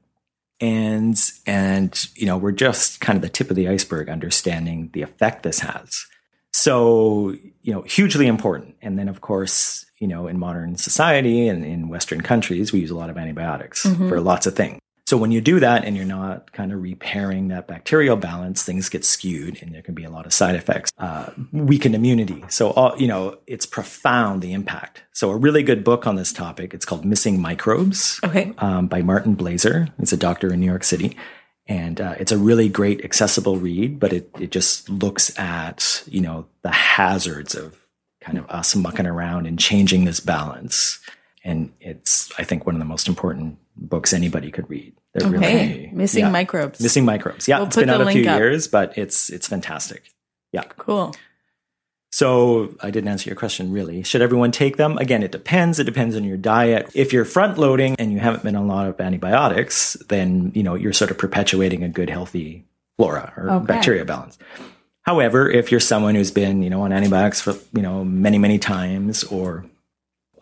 S6: and and you know we're just kind of the tip of the iceberg, understanding the effect this has. So you know, hugely important. And then, of course, you know, in modern society and in Western countries, we use a lot of antibiotics
S8: Mm-hmm.
S6: for lots of things. So when you do that and you're not kind of repairing that bacterial balance, things get skewed and there can be a lot of side effects, uh, weakened immunity. So, all, you know, it's profound the impact. So a really good book on this topic, it's called Missing Microbes
S8: Okay.
S6: um, by Martin Blazer. He's a doctor in New York City. And uh, it's a really great accessible read, but it, it just looks at, you know, the hazards of kind of us mucking around and changing this balance. And it's, I think, one of the most important books anybody could read. They're
S4: Okay. Missing
S6: yeah.
S4: microbes.
S6: Missing microbes. Yeah,
S4: We'll
S6: it's
S4: put
S6: been
S4: the
S6: out a
S4: link
S6: few
S4: up.
S6: years, but it's it's fantastic. Yeah.
S4: Cool.
S6: So I didn't answer your question really. Should everyone take them? Again, it depends. It depends on your diet. If you're front loading and you haven't been on a lot of antibiotics, then you know you're sort of perpetuating a good healthy flora or bacteria balance. However, if you're someone who's been, you know, on antibiotics for, you know, many, many times or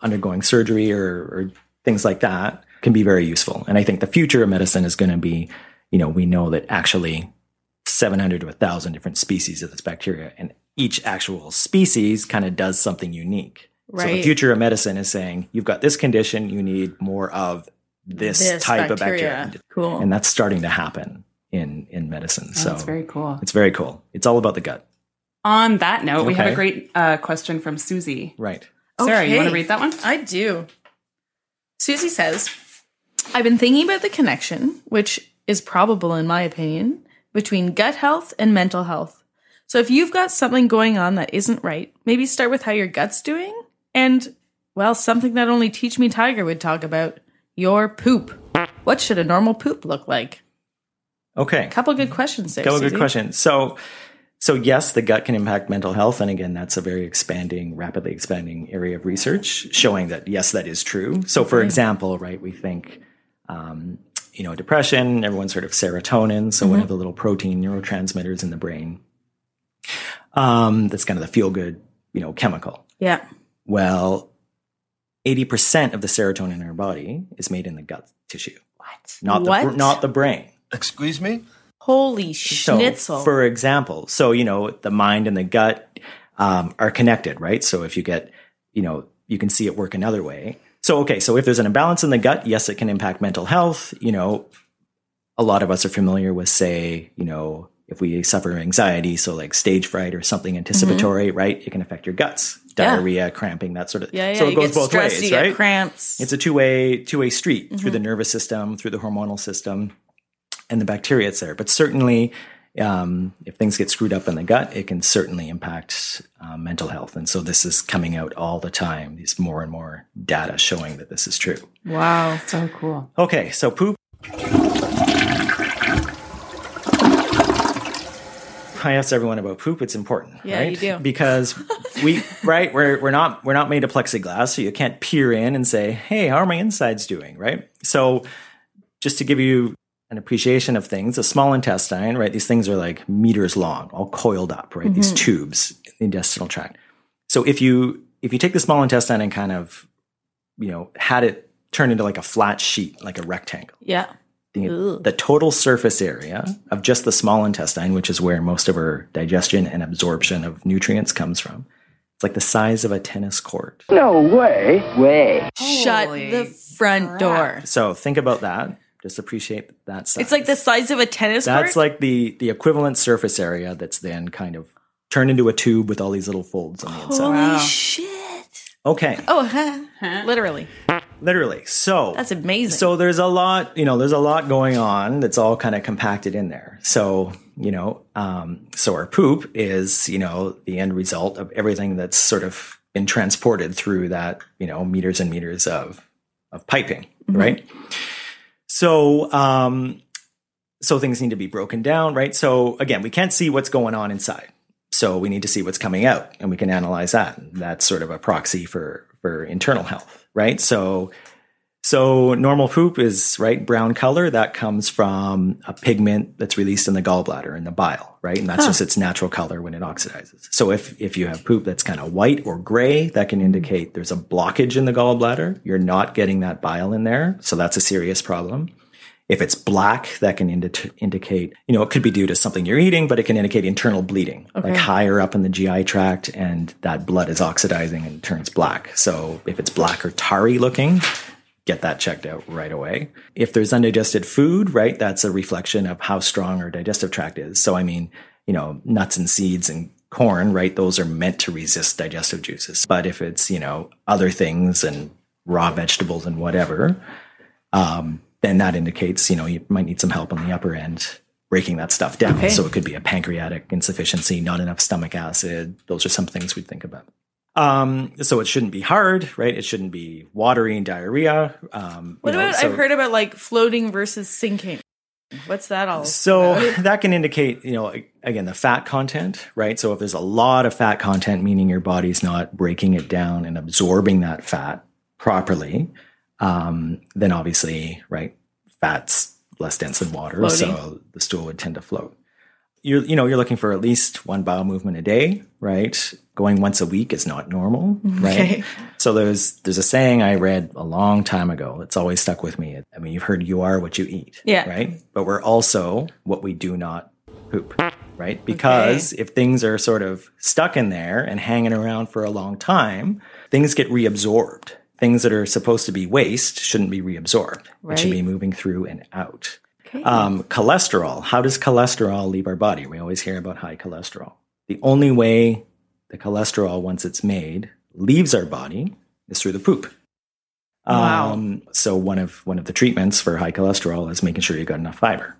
S6: undergoing surgery or, or things like that can be very useful. And I think the future of medicine is going to be, you know, we know that actually 700 to 1,000 different species of this bacteria, and each actual species kind of does something unique. So the
S4: Right.
S6: future of medicine is saying you've got this condition, you need more of this, type of bacteria.
S4: Cool.
S6: And that's starting to happen in, in medicine. so
S1: Oh, That's very cool.
S6: it's very cool. It's all about the gut.
S1: On that note, we have
S6: Okay.
S1: a great uh, question from Susie.
S6: Right.
S1: Sarah, you want to
S4: Okay.
S1: read that one?
S4: I do. Susie says, I've been thinking about the connection, which is probable in my opinion, between gut health and mental health. So if you've got something going on that isn't right, maybe start with how your gut's doing and, well, something that only Teach Me Tiger would talk about your poop. What should a normal poop look like?
S6: Okay.
S4: Couple good questions there.
S6: Go,
S4: Susie.
S6: good question. So, so yes, the gut can impact mental health, and again, that's a very expanding, rapidly expanding area of research showing that yes, that is true. So, for example, right, we think, um, you know, depression. Everyone's heard of serotonin, so
S1: Mm-hmm.
S6: one of the little protein neurotransmitters in the brain. Um, that's kind of the feel good, you know, chemical.
S4: Yeah.
S6: Well, 80% of the serotonin in our body is made in the gut tissue. What? Not the,
S4: What?
S6: not the brain.
S9: Excuse me?
S4: Holy
S6: So,
S4: schnitzel.
S6: for example, so you know the mind and the gut um, are connected, right? So if you get, you know, you can see it work another way. So okay, so if there's an imbalance in the gut, yes, it can impact mental health. You know, a lot of us are familiar with, say, you know, if we suffer anxiety, so like stage fright or something anticipatory, right? It can affect your guts,
S4: Mm-hmm. Yeah.
S6: diarrhea, cramping, that sort of.
S4: yeah, yeah.
S6: so it
S4: you
S6: goes
S4: get
S6: both
S4: stressed,
S6: ways,
S4: you get
S6: right?
S4: cramps.
S6: It's a two way two way street through the nervous system, through the hormonal system, and the bacteria that's there. But certainly, um, if things get screwed up in the gut, it can certainly impact uh, mental health. And so this is coming out all the time. There's more and more data showing that this is true.
S4: wow.
S1: So cool.
S6: Okay, so poop. I asked everyone about poop. It's important,
S4: Yeah,
S6: right?
S4: you do.
S6: because we right we're we're not we're not made of plexiglass, so you can't peer in and say, "Hey, how are my insides doing?" Right? So, just to give you an appreciation of things, the small intestine, right? These things are like meters long, all coiled up, right? These
S4: Mm-hmm.
S6: tubes in the intestinal tract. So if you if you take the small intestine and kind of you know had it turn into like a flat sheet, like a rectangle
S4: Yeah.
S6: the,
S4: Ugh.
S6: the total surface area of just the small intestine, which is where most of our digestion and absorption of nutrients comes from, it's like the size of a tennis court.
S4: Shut the front door.
S6: So think about that. Just appreciate that size.
S4: It's like the size of a tennis
S6: That's
S4: court.
S6: like the the equivalent surface area that's then kind of turned into a tube with all these little folds on the inside.
S4: holy shit.
S6: Okay,
S4: Oh, huh. literally.
S6: literally. So
S4: That's amazing.
S6: So there's a lot, you know, there's a lot going on that's all kind of compacted in there. So, you know, um, so our poop is, you know, the end result of everything that's sort of been transported through that, you know, meters and meters of of piping, right? So, um, so things need to be broken down, right? So again, we can't see what's going on inside. So we need to see what's coming out and we can analyze that. That's sort of a proxy for for internal health, right? So So normal poop is right brown color that comes from a pigment that's released in the gallbladder in the bile, right? And that's just its natural color when it oxidizes. So if if you have poop that's kind of white or gray, that can indicate there's a blockage in the gallbladder. You're not getting that bile in there, so that's a serious problem. If it's black, that can indi- indicate, you know, it could be due to something you're eating, but it can indicate internal bleeding, like higher up in the GI tract, and that blood is oxidizing and turns black. So if it's black or tarry looking, get that checked out right away. If there's undigested food, right, that's a reflection of how strong our digestive tract is. So, I mean, you know, nuts and seeds and corn, right, those are meant to resist digestive juices. But if it's, you know, other things and raw vegetables and whatever, um, then that indicates, you know, you might need some help on the upper end breaking that stuff down. So it could be a pancreatic insufficiency, not enough stomach acid. Those are some things we'd think about. Um, so it shouldn't be hard, right? It shouldn't be watery and diarrhea. Um, you
S4: What
S6: know,
S4: about
S6: so-
S4: I've heard about like floating versus sinking. What's that all?
S6: so that can indicate, you know, again, the fat content, right? So if there's a lot of fat content, meaning your body's not breaking it down and absorbing that fat properly, um, then obviously, right, fat's less dense than water, so the stool would tend to float. You're, you know, you're looking for at least one bowel movement a day, right? Going once a week is not normal, right? So there's there's a saying I read a long time ago. It's always stuck with me. I mean, you've heard you are what you eat,
S4: Yeah.
S6: right? But we're also what we do not poop, right? Because if things are sort of stuck in there and hanging around for a long time, things get reabsorbed. Things that are supposed to be waste shouldn't be reabsorbed. It should be moving through and out. Um, cholesterol. How does cholesterol leave our body? We always hear about high cholesterol. The only way the cholesterol, once it's made, leaves our body is through the poop.
S4: Wow.
S6: Um, so one of one of the treatments for high cholesterol is making sure you got enough fiber.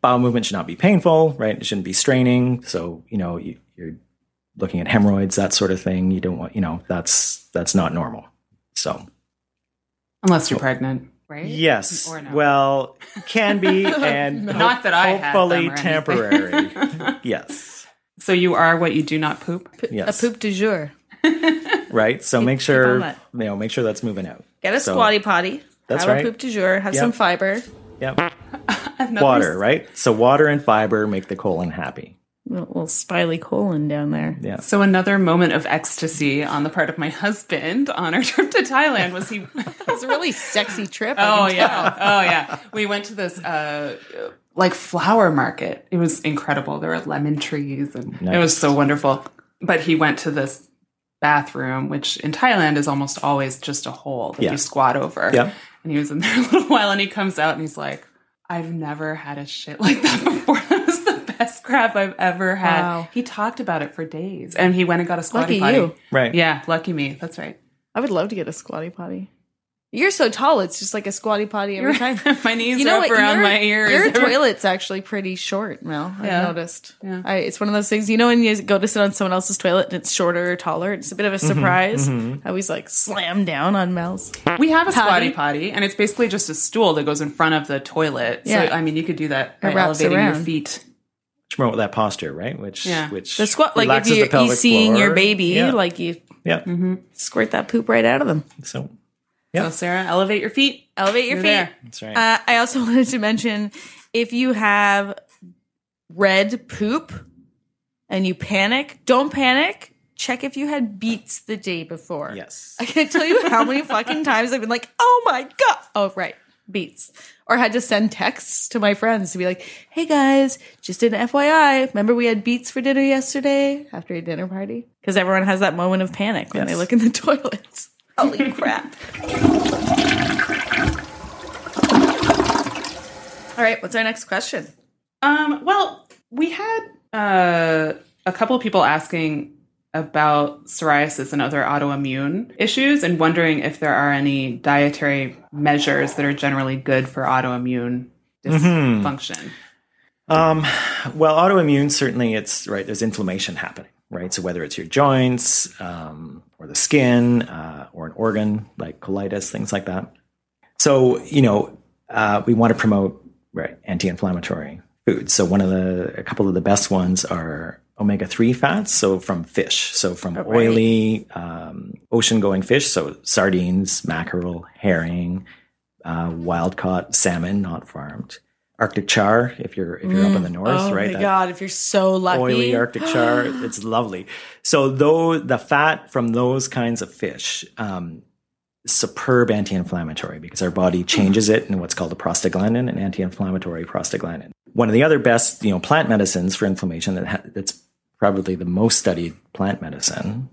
S6: Bowel movement should not be painful, right? It shouldn't be straining. So you know you, you're looking at hemorrhoids, that sort of thing. You don't want, you know, that's that's not normal. So
S1: Unless you're pregnant, right?
S6: yes,
S1: Or no.
S6: well, can be and
S1: Not that I had
S6: hopefully
S1: them or
S6: temporary. yes,
S1: So you are what you do not poop.
S6: yes,
S8: A poop du jour.
S6: right. So make sure you
S4: that.
S6: know, make sure that's moving out.
S4: Get a
S6: So-
S4: squatty potty.
S6: That's
S4: have
S6: right.
S4: a poop du jour. Have
S6: Yep.
S4: some fiber.
S6: Yep. water, right? So water and fiber make the colon happy.
S4: little spily colon down there.
S6: Yeah.
S1: So another moment of ecstasy on the part of my husband on our trip to Thailand was he
S8: It's a really sexy trip.
S1: Oh yeah. Oh yeah. We went to this uh like flower market. It was incredible. There were lemon trees and it was so wonderful. But he went to this bathroom, which in Thailand is almost always just a hole that
S6: Yeah.
S1: you squat over.
S6: Yeah.
S1: And he was in there a little while and he comes out and he's like, I've never had a shit like that before. That was the best crap I've ever had.
S8: Wow.
S1: He talked about it for days. And he went and got a
S8: Lucky
S1: squatty potty.
S8: you.
S6: Right.
S1: Yeah, lucky me. That's right.
S8: I would love to get a squatty potty. You're so tall, it's just like a squatty potty every time.
S1: my knees
S8: You know
S1: are up
S8: what?
S1: around
S8: your,
S1: my ears.
S8: Your toilet's actually pretty short, Mel. I
S1: Yeah.
S8: noticed.
S1: Yeah.
S8: I, it's one of those things. You know when you go to sit on someone else's toilet and it's shorter or taller. It's a bit of a surprise. I always like slam down on Mel's.
S1: We have a
S8: Potty.
S1: squatty potty, and it's basically just a stool that goes in front of the toilet.
S8: Yeah.
S1: So I mean, you could do that by
S8: It wraps
S1: elevating your
S8: around.
S1: feet.
S6: Much more with that posture, right? Which
S1: Yeah.
S6: which
S8: The squat, like
S6: relaxes the
S8: if you're
S1: E
S6: pelvic
S8: seeing your
S6: floor.
S8: baby,
S6: Yeah.
S8: like you
S6: yeah.
S1: mm-hmm.
S8: squirt that poop right out of them.
S6: So
S1: So Sarah, elevate your feet.
S8: Elevate your
S1: You're
S8: feet.
S1: there.
S6: that's right.
S8: Uh, I also wanted to mention if you have red poop and you panic, don't panic. Check if you had beets the day before.
S6: yes.
S8: I can't tell you how many fucking times I've been like, oh my God. Oh, right. Beats. Or had to send texts to my friends to be like, hey guys, just an FYI. Remember we had beets for dinner yesterday after a dinner party? Because everyone has that moment of panic when they
S6: Yes.
S8: look in the toilets. Holy crap. All right, what's our next question?
S1: Um, well, we had uh, a couple of people asking about psoriasis and other autoimmune issues, and wondering if there are any dietary measures that are generally good for autoimmune dysfunction.
S6: Um, well, autoimmune certainly it's right. There's inflammation happening, right? So whether it's your joints um, or the skin uh, or an organ like colitis, things like that. So you know uh, we want to promote right anti-inflammatory foods. So one of the a couple of the best ones are omega 3 fats, so from fish, so from oily, um, ocean going fish, so sardines, mackerel, herring, uh, wild caught salmon, not farmed. Arctic char, if you're if you're up in the north,
S10: oh
S6: right?
S10: my
S6: that
S10: god, if you're so lucky.
S6: oily Arctic char, it's lovely. So though the fat from those kinds of fish, um, superb anti-inflammatory because our body changes it in what's called a prostaglandin, an anti-inflammatory prostaglandin. One of the other best, you know, plant medicines for inflammation that ha- that's probably the most studied plant medicine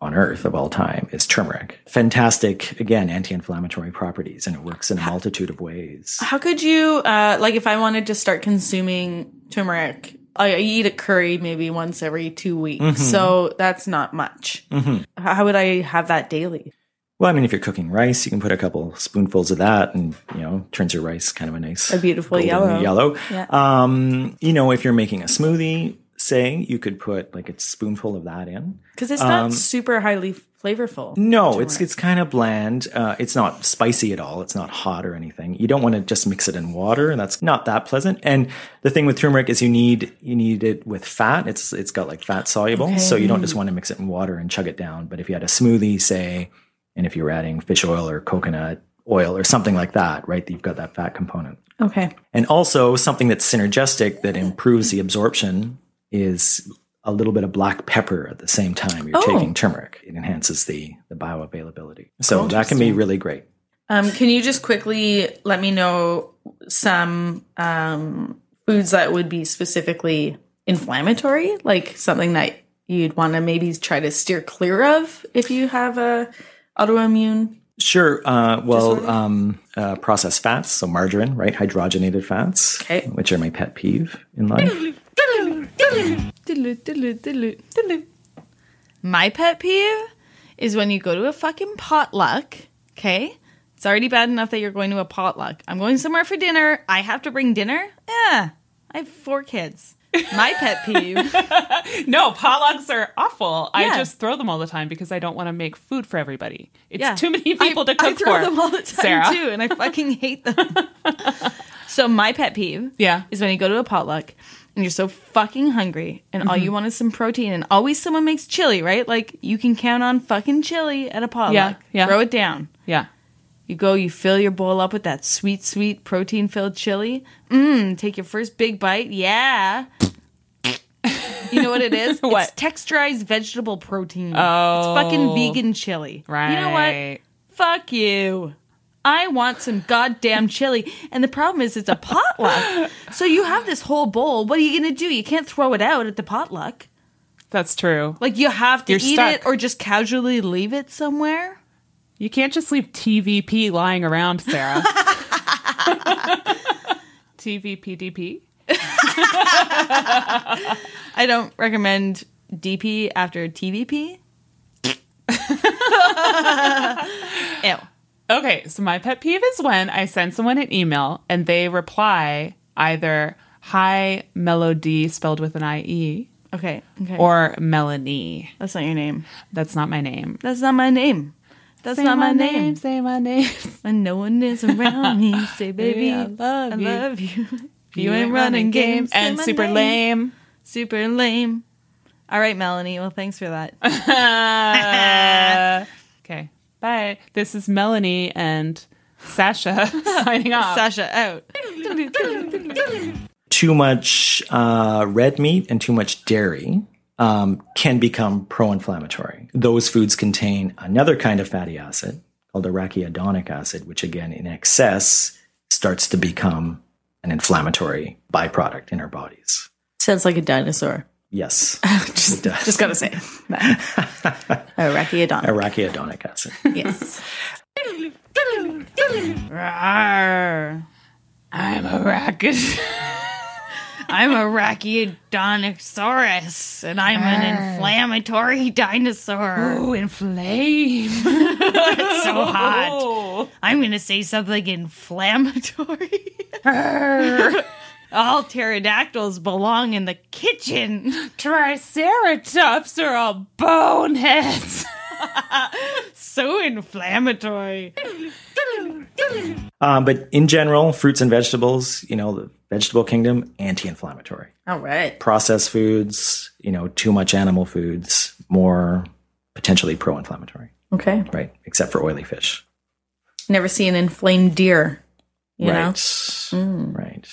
S6: on earth of all time is turmeric. Fantastic, again, anti-inflammatory properties, and it works in a multitude of ways.
S10: How could you uh like if I wanted to start consuming turmeric? I I eat a curry maybe once every two weeks, so that's not much.
S6: Mhm.
S10: How how would I have that daily?
S6: Well, I mean, if you're cooking rice, you can put a couple spoonfuls of that, and you know, turns your rice kind of a nice,
S10: A beautiful yellow.
S6: golden Yellow.
S10: Yeah.
S6: Um, you know, if you're making a smoothie, say you could put like a spoonful of that in.
S10: Because it's not
S6: Um,
S10: super highly flavorful.
S6: No, it's it's kind of bland. Uh, it's not spicy at all. It's not hot or anything. You don't want to just mix it in water, and that's not that pleasant. And the thing with turmeric is you need you need it with fat. It's it's got like fat soluble, so you don't just want to mix it in water and chug it down. But if you had a smoothie, say, and if you were adding fish oil or coconut oil or something like that, right? You've got that fat component.
S10: Okay.
S6: And also something that's synergistic that improves the absorption is a little bit of black pepper at the same time you're
S10: Oh.
S6: taking turmeric. It enhances the the bioavailability.
S10: Oh,
S6: So that can be really great.
S10: Um, can you just quickly let me know some um, foods that would be specifically inflammatory, like something that you'd want to maybe try to steer clear of if you have a autoimmune?
S6: Sure. Uh, well, um, uh, processed fats, so margarine, right? Hydrogenated fats,
S10: Okay.
S6: which are my pet peeve in life.
S4: My pet peeve is when you go to a fucking potluck, okay? It's already bad enough that you're going to a potluck. I'm going somewhere for dinner. I have to bring dinner? Yeah. I have four kids. My pet peeve.
S1: No, potlucks are awful.
S4: Yeah.
S1: I just throw them all the time because I don't want to make food for everybody. It's
S4: Yeah.
S1: too many people
S4: I,
S1: to cook
S4: I throw
S1: for.
S4: them all the time
S1: Sarah.
S4: too, and I fucking hate them. so my pet peeve
S1: Yeah.
S4: is when you go to a potluck and you're so fucking hungry and
S1: Mm-hmm.
S4: all you want is some protein and always someone makes chili, right? Like you can count on fucking chili at a potluck.
S1: yeah.
S4: Throw it down.
S1: Yeah.
S4: You go, you fill your bowl up with that sweet, sweet protein filled chili. Mmm, take your first big bite. Yeah. You know what it is?
S1: What?
S4: It's texturized vegetable protein.
S1: Oh.
S4: It's fucking vegan chili.
S1: Right.
S4: You know what? Fuck you. I want some goddamn chili. And the problem is, it's a potluck. so you have this whole bowl. What are you going to do? You can't throw it out at the potluck.
S1: That's true.
S4: Like, you have to
S1: You're
S4: eat
S1: stuck.
S4: it or just casually leave it somewhere.
S1: You can't just leave TVP lying around, Sarah. TVPDP?
S4: I don't recommend DP after TVP. Ew.
S1: Okay, so my pet peeve is when I send someone an email and they reply either hi melody spelled with an IE
S4: Okay. Okay.
S1: or Melanie.
S4: That's not your name.
S1: That's not my name.
S4: That's not my name. That's
S1: Say
S4: not my name.
S1: Say my name.
S4: When no one is around me, say, baby,
S1: I
S4: I
S1: love
S4: love,
S1: you.
S4: you. If you ain't running games, say
S1: and
S4: my
S1: super
S4: name.
S1: lame.
S4: Super lame. All right, Melanie. Well, thanks for that.
S1: Okay, bye. This is Melanie and Sasha signing off.
S4: Sasha out.
S6: Too much uh, red meat and too much dairy um, can become pro-inflammatory. Those foods contain another kind of fatty acid called arachidonic acid, which again, in excess, starts to become an inflammatory byproduct in our bodies.
S10: Sounds like a dinosaur.
S6: Yes,
S10: Just,
S6: It does.
S10: just gotta say, arachidonic.
S6: arachidonic acid.
S10: yes.
S4: Arr.
S1: I'm a racket.
S4: I'm a Rachidonicosaurus, and I'm an inflammatory dinosaur.
S1: Oh, inflame.
S4: so hot. I'm going to say something inflammatory. all pterodactyls belong in the kitchen.
S1: Triceratops are all boneheads.
S4: So inflammatory.
S6: Um, but in general, fruits and vegetables, you know, the Vegetable Kingdom, anti inflammatory.
S7: All right.
S6: Processed foods, you know, too much animal foods, more potentially pro inflammatory,
S8: Okay.
S6: right? Except for oily fish.
S8: Never see an inflamed deer. You
S6: right.
S8: know? Mm.
S6: Right.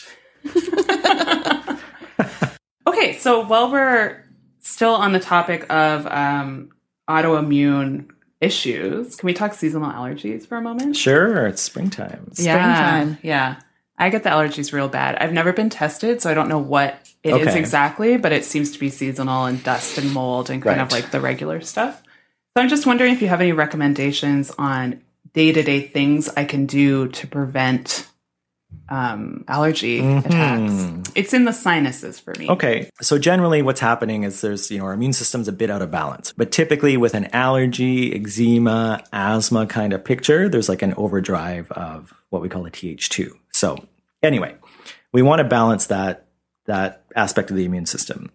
S1: Okay, so while we're still on the topic of um, autoimmune issues, can we talk seasonal allergies for a moment?
S6: Sure. It's springtime.
S1: Yeah, yeah. I get the allergies real bad. I've never been tested, so I don't know what it is
S6: Okay.
S1: exactly, but it seems to be seasonal and dust and mold and kind of
S6: Right.
S1: like the regular stuff. So I'm just wondering if you have any recommendations on day to day things I can do to prevent um, allergy attacks. It's in the sinuses for me.
S6: Mm-hmm. Okay. So generally what's happening is there's, you know, our immune system's a bit out of balance. But typically with an allergy, eczema, asthma kind of picture, there's like an overdrive of what we call a Th2. So anyway, we want to balance that that aspect of the immune system.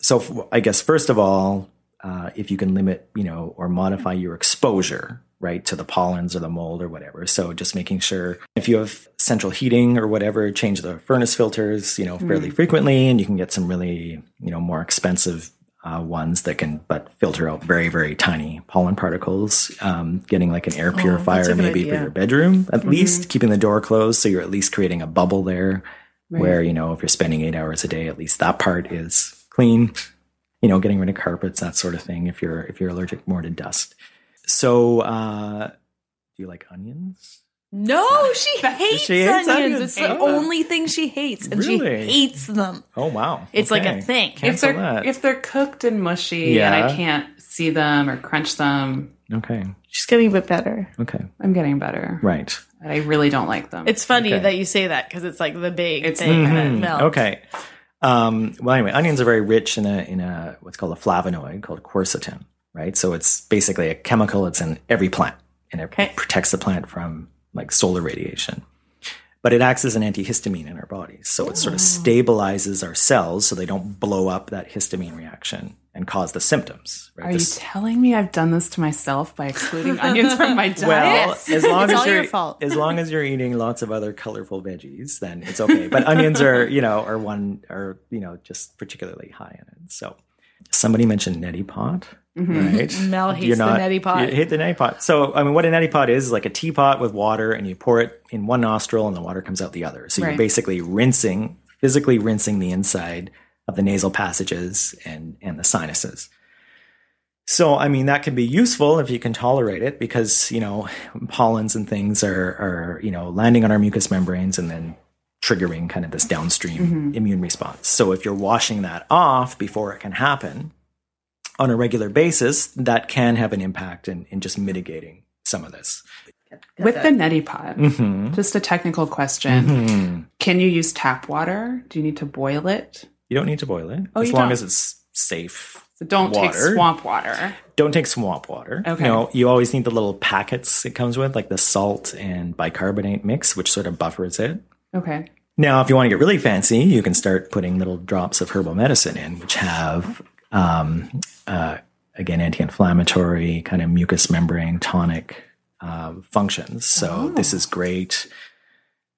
S6: So f- I guess first of all, uh, if you can limit, you know, or modify your exposure, right, to the pollens or the mold or whatever. So just making sure if you have central heating or whatever, change the furnace filters, you know, fairly frequently, and you can get some really, you know, more expensive uh, ones that can but filter out very very tiny pollen particles. Um, getting like an air purifier maybe for your bedroom,
S8: Mm-hmm.
S6: at least keeping the door closed, so you're at least creating a bubble there where you know if you're spending eight hours a day at least that part is clean you know getting rid of carpets that sort of thing if you're if you're allergic more to dust so uh do you like onions
S8: No, she hates,
S6: She hates
S8: onions.
S6: onions.
S8: It's the
S6: Oh.
S8: only thing she hates, and
S6: Really?
S8: she hates them.
S6: oh wow
S8: It's like a
S6: Okay.
S8: thing.
S1: If
S6: Cancel
S1: they're
S6: that.
S1: if they're cooked and mushy and I
S6: Yeah.
S1: can't see them or crunch them,
S6: okay
S4: She's getting a bit better.
S6: okay
S1: I'm getting better.
S6: right
S1: But I really don't like them.
S8: It's funny
S6: Okay.
S8: that you say that because it's like the big
S1: It's
S8: thing. that
S6: Mhm.
S8: melts.
S6: Okay. Um, well, anyway, onions are very rich in a in a what's called a flavonoid called quercetin, right? So it's basically a chemical. It's in every plant, and it protects the plant from like solar radiation. But it acts as an antihistamine in our bodies, so it sort of stabilizes our cells so they don't blow up that histamine reaction and cause the symptoms. Right?
S1: Are
S6: The
S1: you
S6: s-
S1: telling me I've done this to myself by excluding onions from my diet?
S6: well, as long
S8: It's
S6: as
S8: all
S6: you're
S8: your fault.
S6: as long as you're eating lots of other colorful veggies, then it's okay. But onions are, you know, are one are you know just particularly high in it. So somebody mentioned neti pot, right?
S8: Mm-hmm. Mel hates
S6: You're
S8: the
S6: not-
S8: neti pot.
S6: You hate the neti pot. So I mean, what a neti pot is is like a teapot with water, and you pour it in one nostril, and the water comes out the other. So
S1: Right.
S6: you're basically rinsing, physically rinsing the inside of the nasal passages and and the sinuses. So, I mean, that can be useful if you can tolerate it because, you know, pollens and things are, are you know, landing on our mucous membranes and then triggering kind of this downstream
S8: Mm-hmm.
S6: immune response. So, if you're washing that off before it can happen on a regular basis, that can have an impact in, in just mitigating some of this.
S1: With the neti pot,
S6: hmm
S1: just a technical question.
S6: Mm-hmm.
S1: Can you use tap water? Do you need to boil it?
S6: You don't need to boil it
S1: Oh,
S6: as
S1: you
S6: long
S1: don't.
S6: as it's safe.
S1: So don't take
S6: Water.
S1: swamp water.
S6: Don't take swamp water.
S1: Okay.
S6: No, you always need the little packets it comes with, like the salt and bicarbonate mix, which sort of buffers it.
S1: Okay.
S6: Now, if you want to get really fancy, you can start putting little drops of herbal medicine in, which have, um, uh, again, anti inflammatory, kind of mucous membrane tonic um, functions. So, this is great.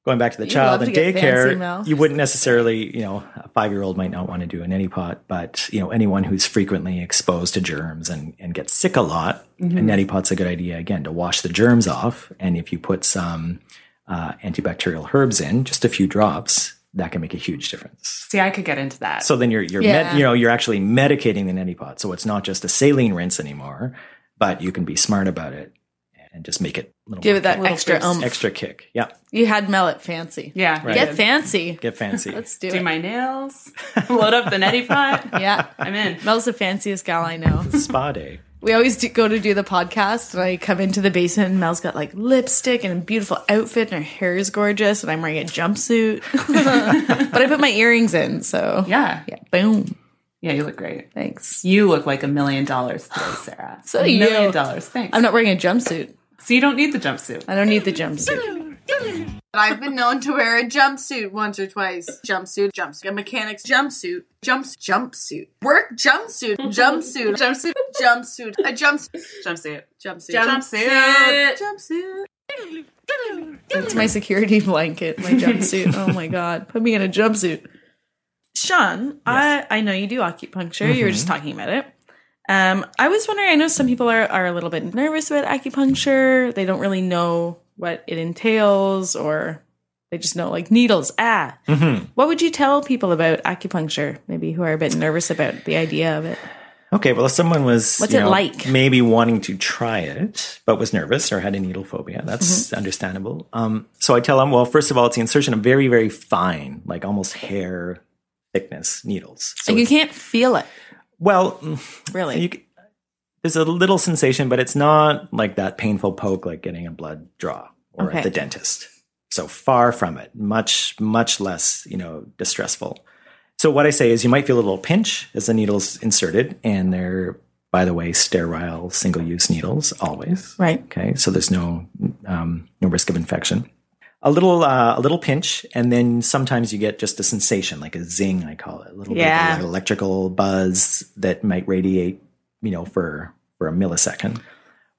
S6: Going back to the child
S8: Oh. love
S6: and
S8: to get fancy,
S6: daycare,
S8: Mel.
S6: you wouldn't necessarily, you know, a five year old might not want to do an neti pot, but, you know, anyone who's frequently exposed to germs and, and gets sick a lot,
S8: Mm-hmm.
S6: a neti pot's a good idea, again, to wash the germs off. And if you put some, uh, antibacterial herbs in, just a few drops, that can make a huge difference.
S1: See, I could get into that.
S6: So then you're you're
S8: Yeah.
S6: med, you know you're actually medicating the neti pot, so it's not just a saline rinse anymore, but you can be smart about it and just make it a little
S8: Give
S6: more
S8: it that
S1: Little
S8: extra
S1: boost.
S8: umph.
S6: extra kick. Yeah,
S8: You had Mel at fancy.
S1: yeah.
S6: Right.
S8: Get fancy.
S6: get fancy.
S8: Let's do,
S1: Do
S8: it.
S1: my nails. Load up the neti pot.
S8: yeah.
S1: I'm in.
S8: Mel's the fanciest gal I know.
S6: Spa day.
S8: We always do, go to do the podcast, and I come into the basement, and Mel's got like lipstick and a beautiful outfit, and her hair is gorgeous, and I'm wearing a jumpsuit. but I put my earrings in, so
S1: Yeah.
S8: yeah, boom.
S1: Yeah, you look great.
S8: Thanks.
S1: You look like a million dollars today, Sarah. so a
S8: do
S1: million
S8: you.
S1: dollars. Thanks.
S8: I'm not wearing a jumpsuit.
S1: so you don't need the jumpsuit.
S8: I don't need the jumpsuit.
S7: But I've been known to wear a jumpsuit once or twice. Jumpsuit, jumpsuit, a mechanic's jumpsuit, jumps, jumpsuit, work jumpsuit, jumpsuit, jumpsuit, jumpsuit, a jumpsuit,
S1: Jumpsuit.
S7: jumpsuit,
S1: Jumpsuit.
S7: jumpsuit.
S4: It's my security blanket, my jumpsuit. oh my god, put me in a jumpsuit. Sean, I I know you do acupuncture. You were just talking about it. Um, I was wondering. I know some people are are a little bit nervous about acupuncture. They don't really know what it entails, or they just know like needles. Ah,
S6: Mm-hmm.
S4: what would you tell people about acupuncture? Maybe who are a bit nervous about the idea of it.
S6: Okay, well, if someone was
S4: What's
S6: you
S4: it
S6: know,
S4: like?
S6: maybe wanting to try it, but was nervous or had a needle phobia, that's
S8: Mm-hmm.
S6: understandable. Um, so I tell them, well, first of all, it's the insertion of very, very fine, like almost hair thickness needles. So
S4: Like you
S6: it's-
S4: can't feel it
S6: well, mm,
S4: really.
S6: you, c- there's a little sensation, but it's not like that painful poke like getting a blood draw or
S4: Okay.
S6: at the dentist. So far from it, much, much less, you know, distressful. So what I say is you might feel a little pinch as the needle's inserted, and they're, by the way, sterile single use needles always.
S4: Right.
S6: Okay. So there's no um, no risk of infection. A little uh, a little pinch, and then sometimes you get just a sensation, like a zing, I call it, a little bit
S2: Yeah.
S6: of an electrical buzz that might radiate, you know, for for a millisecond,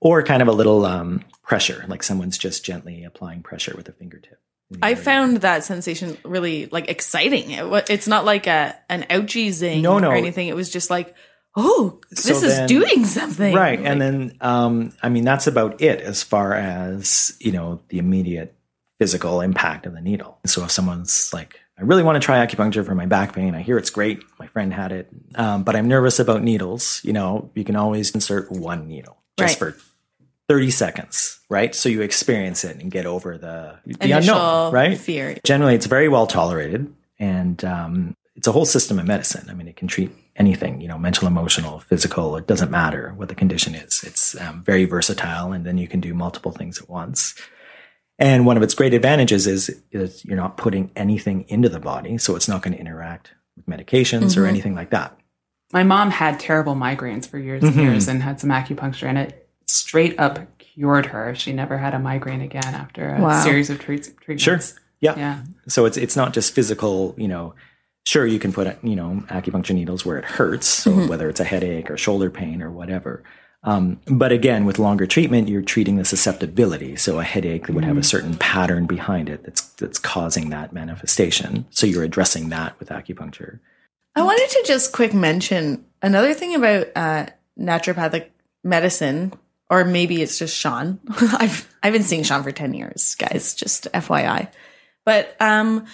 S6: or kind of a little um, pressure, like someone's just gently applying pressure with a fingertip.
S4: I found that sensation really like exciting. It, wa- it's not like a an ouchie zing
S6: No, no.
S4: or anything. It was just like, oh, this
S6: So
S4: is
S6: then-
S4: doing something,
S6: right and then um i mean that's about it as far as you know the immediate physical impact of the needle so if someone's like i really want to try acupuncture for my back pain i hear it's great my friend had it um, but i'm nervous about needles you know you can always insert one needle just for 30 seconds right so you experience it and get over the the
S4: Initial
S6: unknown right
S4: fear.
S6: generally it's very well tolerated and um, it's a whole system of medicine i mean it can treat anything you know mental emotional physical it doesn't matter what the condition is it's um, very versatile and then you can do multiple things at once and one of its great advantages is, is you're not putting anything into the body so it's not going to interact with medications or anything like that
S1: My mom had terrible migraines for years and years and had some acupuncture, and it straight up cured her. She never had a migraine again after a series of treats, treatments.
S6: Sure. Yeah.
S1: Yeah.
S6: So it's it's not just physical, you know, sure you can put you know acupuncture needles where it hurts, so whether it's a headache or shoulder pain or whatever. Um, but again, with longer treatment, you're treating the susceptibility. So a headache would have a certain pattern behind it that's that's causing that manifestation. So you're addressing that with acupuncture.
S4: I wanted to just quick mention another thing about uh, naturopathic medicine, or maybe it's just Sean. I've I've been seeing Sean for ten years, guys. Just FYI, but um,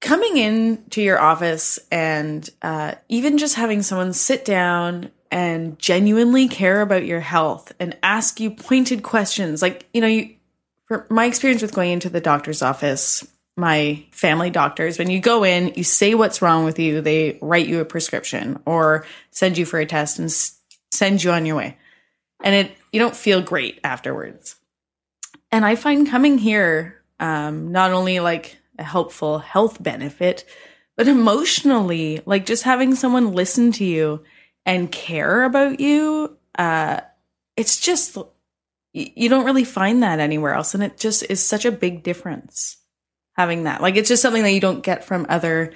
S4: coming in to your office and uh, even just having someone sit down and genuinely care about your health and ask you pointed questions, like you know, you for my experience with going into the doctor's office, my family doctors, when you go in, you say what's wrong with you, they write you a prescription or send you for a test and s- send you on your way. And it you don't feel great afterwards. And I find coming here um, not only like a helpful health benefit, but emotionally, like just having someone listen to you and care about you, uh, it's just y- you don't really find that anywhere else and it just is such a big difference having that like it's just something that you don't get from other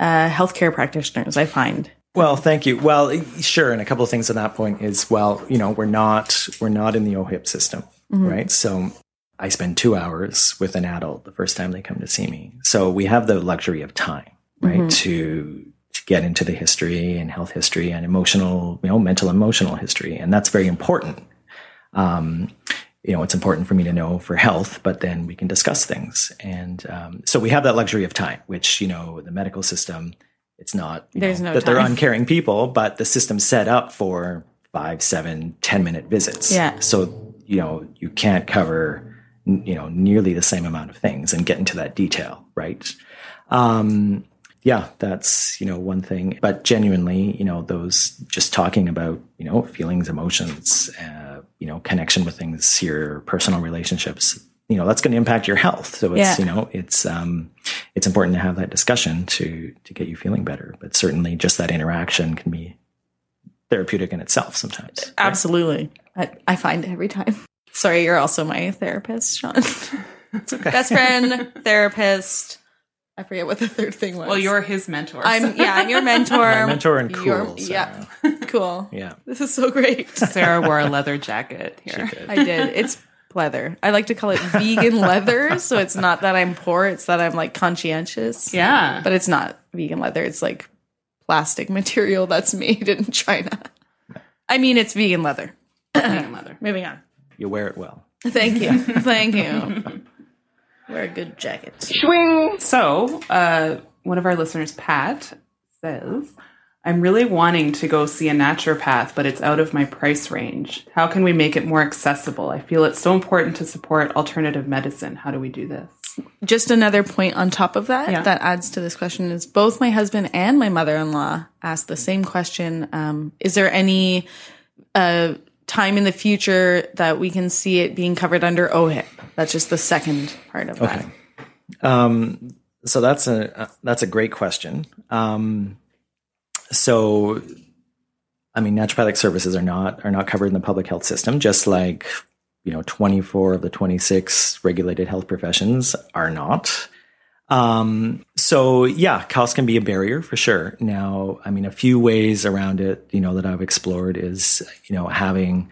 S4: uh, healthcare practitioners i find
S6: Well, thank you. Well, sure. And a couple of things at that point is, well, you know, we're not we're not in the OHIP system,
S4: Mm-hmm.
S6: right? So I spend two hours with an adult the first time they come to see me. So we have the luxury of time, right,
S4: Mm-hmm.
S6: to to get into the history and health history and emotional, you know, mental emotional history, and that's very important. Um, you know, it's important for me to know for health, but then we can discuss things, and um, so we have that luxury of time, which you know, the medical system, it's not you
S4: There's
S6: know,
S4: no
S6: that they're
S4: time.
S6: uncaring people, but the system's set up for five, seven, ten minute visits.
S4: Yeah.
S6: So you know you can't cover n- you know nearly the same amount of things and get into that detail, right? Um, yeah, that's you know one thing. But genuinely, you know, those just talking about you know feelings, emotions, uh, you know, connection with things, your personal relationships. You know, that's going to impact your health. So
S4: Yeah.
S6: it's you know it's um, it's important to have that discussion to to get you feeling better. But certainly, just that interaction can be therapeutic in itself sometimes.
S4: absolutely i, I find every time sorry you're also my therapist sean
S6: It's okay.
S4: best friend therapist i forget what the third thing was
S1: Well, you're his mentor.
S4: i'm yeah i'm your mentor
S6: My mentor and
S4: You're-
S6: cool. so,
S4: yeah cool
S6: yeah.
S4: this is so great
S1: Sarah wore a leather jacket here.
S4: i did it's leather. I like to call it vegan leather. So it's not that I'm poor, it's that I'm like conscientious.
S1: Yeah.
S4: But it's not vegan leather. It's like plastic material that's made in China. I mean, it's vegan leather.
S1: Vegan leather.
S4: Moving on.
S6: You wear it well.
S4: Thank you. Thank you. Wear a good jacket.
S1: So, uh, one of our listeners, Pat, says, I'm really wanting to go see a naturopath, but it's out of my price range. How can we make it more accessible? I feel it's so important to support alternative medicine. How do we do this?
S4: Just another point on top of that
S1: Yeah.
S4: that adds to this question is both my husband and my mother in law asked the same question. Um, is there any uh, time in the future that we can see it being covered under OHIP? That's just the second part of that.
S6: Um, so that's a uh, that's a great question. Um, so, I mean, naturopathic services are not are not covered in the public health system, just like you know, twenty four of the twenty six regulated health professions are not. Um, so yeah, cost can be a barrier for sure. Now, I mean, a few ways around it, you know, that I've explored is you know having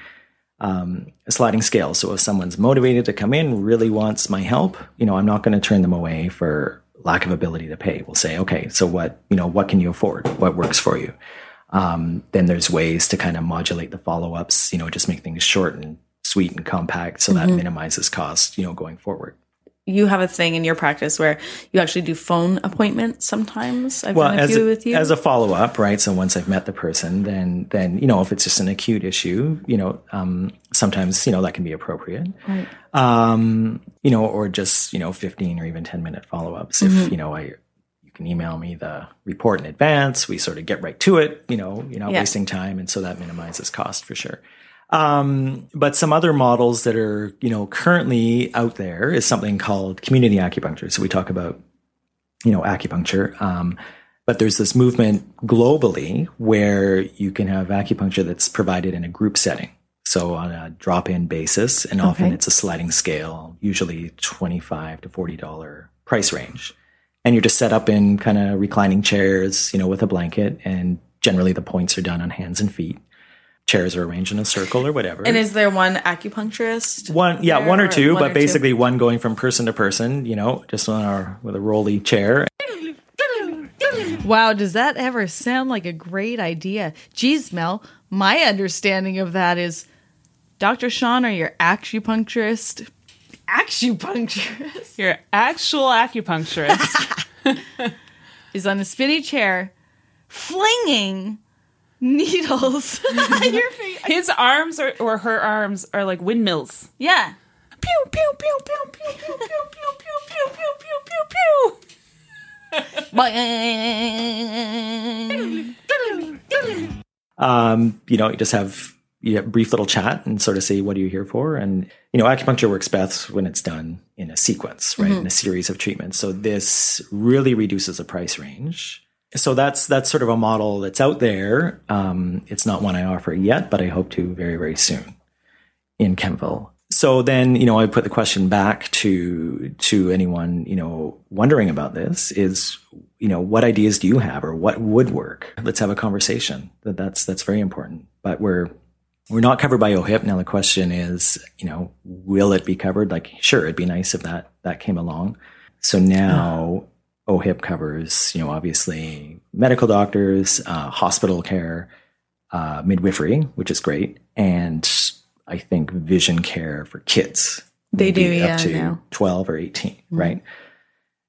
S6: um, a sliding scale. So if someone's motivated to come in, really wants my help, you know, I'm not going to turn them away for lack of ability to pay. We'll say, okay, so what, you know, what can you afford? What works for you? Um, then there's ways to kind of modulate the follow ups, you know, just make things short and sweet and compact so that minimizes cost, you know, going forward.
S4: You have a thing in your practice where you actually do phone appointments sometimes. I've
S6: well
S4: done a
S6: as
S4: few
S6: a,
S4: with you.
S6: as a follow up, right? So once I've met the person, then then you know if it's just an acute issue, you know um, sometimes you know that can be appropriate, um, you know, or just you know fifteen or even ten minute follow ups.
S4: Mm-hmm.
S6: If you know I, you can email me the report in advance. We sort of get right to it. You know, you're not
S4: Yeah.
S6: wasting time, and so that minimizes cost for sure. Um, but some other models that are you know currently out there is something called community acupuncture. So we talk about you know acupuncture um, but there's this movement globally where you can have acupuncture that's provided in a group setting so on a drop-in basis and often it's a sliding scale usually 25 to 40 dollar price range and you're just set up in kind of reclining chairs you know with a blanket and generally the points are done on hands and feet chairs are arranged in a circle or whatever
S4: and is there one acupuncturist?
S6: one yeah
S4: there
S6: one or
S4: or
S6: two
S4: one or
S6: but
S4: two?
S6: basically one going from person to person you know just on our with a rolly chair
S2: Wow, does that ever sound like a great idea? Geez, Mel, my understanding of that is Dr. Sean or your acupuncturist. Acupuncturist
S1: Your actual acupuncturist.
S2: is on a spinny chair flinging needles at your face.
S1: His arms are, or her arms are like windmills.
S2: Yeah.
S1: Pew, pew, pew, pew, pew, pew, pew, pew, pew, pew, pew, pew, pew, pew.
S2: Boing.
S6: um, you know, you just have you have a brief little chat and sort of say, what are you here for? And, you know, acupuncture works best when it's done in a sequence, right? In a series of treatments. So this really reduces the price range. So that's, that's sort of a model that's out there. Um, it's not one I offer yet, but I hope to very, very soon in Kempville. So then, you know, I put the question back to to anyone, you know, wondering about this is, you know, what ideas do you have or what would work? Let's have a conversation. That that's that's very important. But we're we're not covered by OHIP. Now the question is, you know, will it be covered? Like, sure, it'd be nice if that that came along. So now OHIP covers, you know, obviously medical doctors, uh, hospital care, uh, midwifery, which is great, and I think vision care for kids.
S4: They do,
S6: maybe
S4: yeah, Mm-hmm.
S6: up to
S4: now.
S6: twelve or 18 right?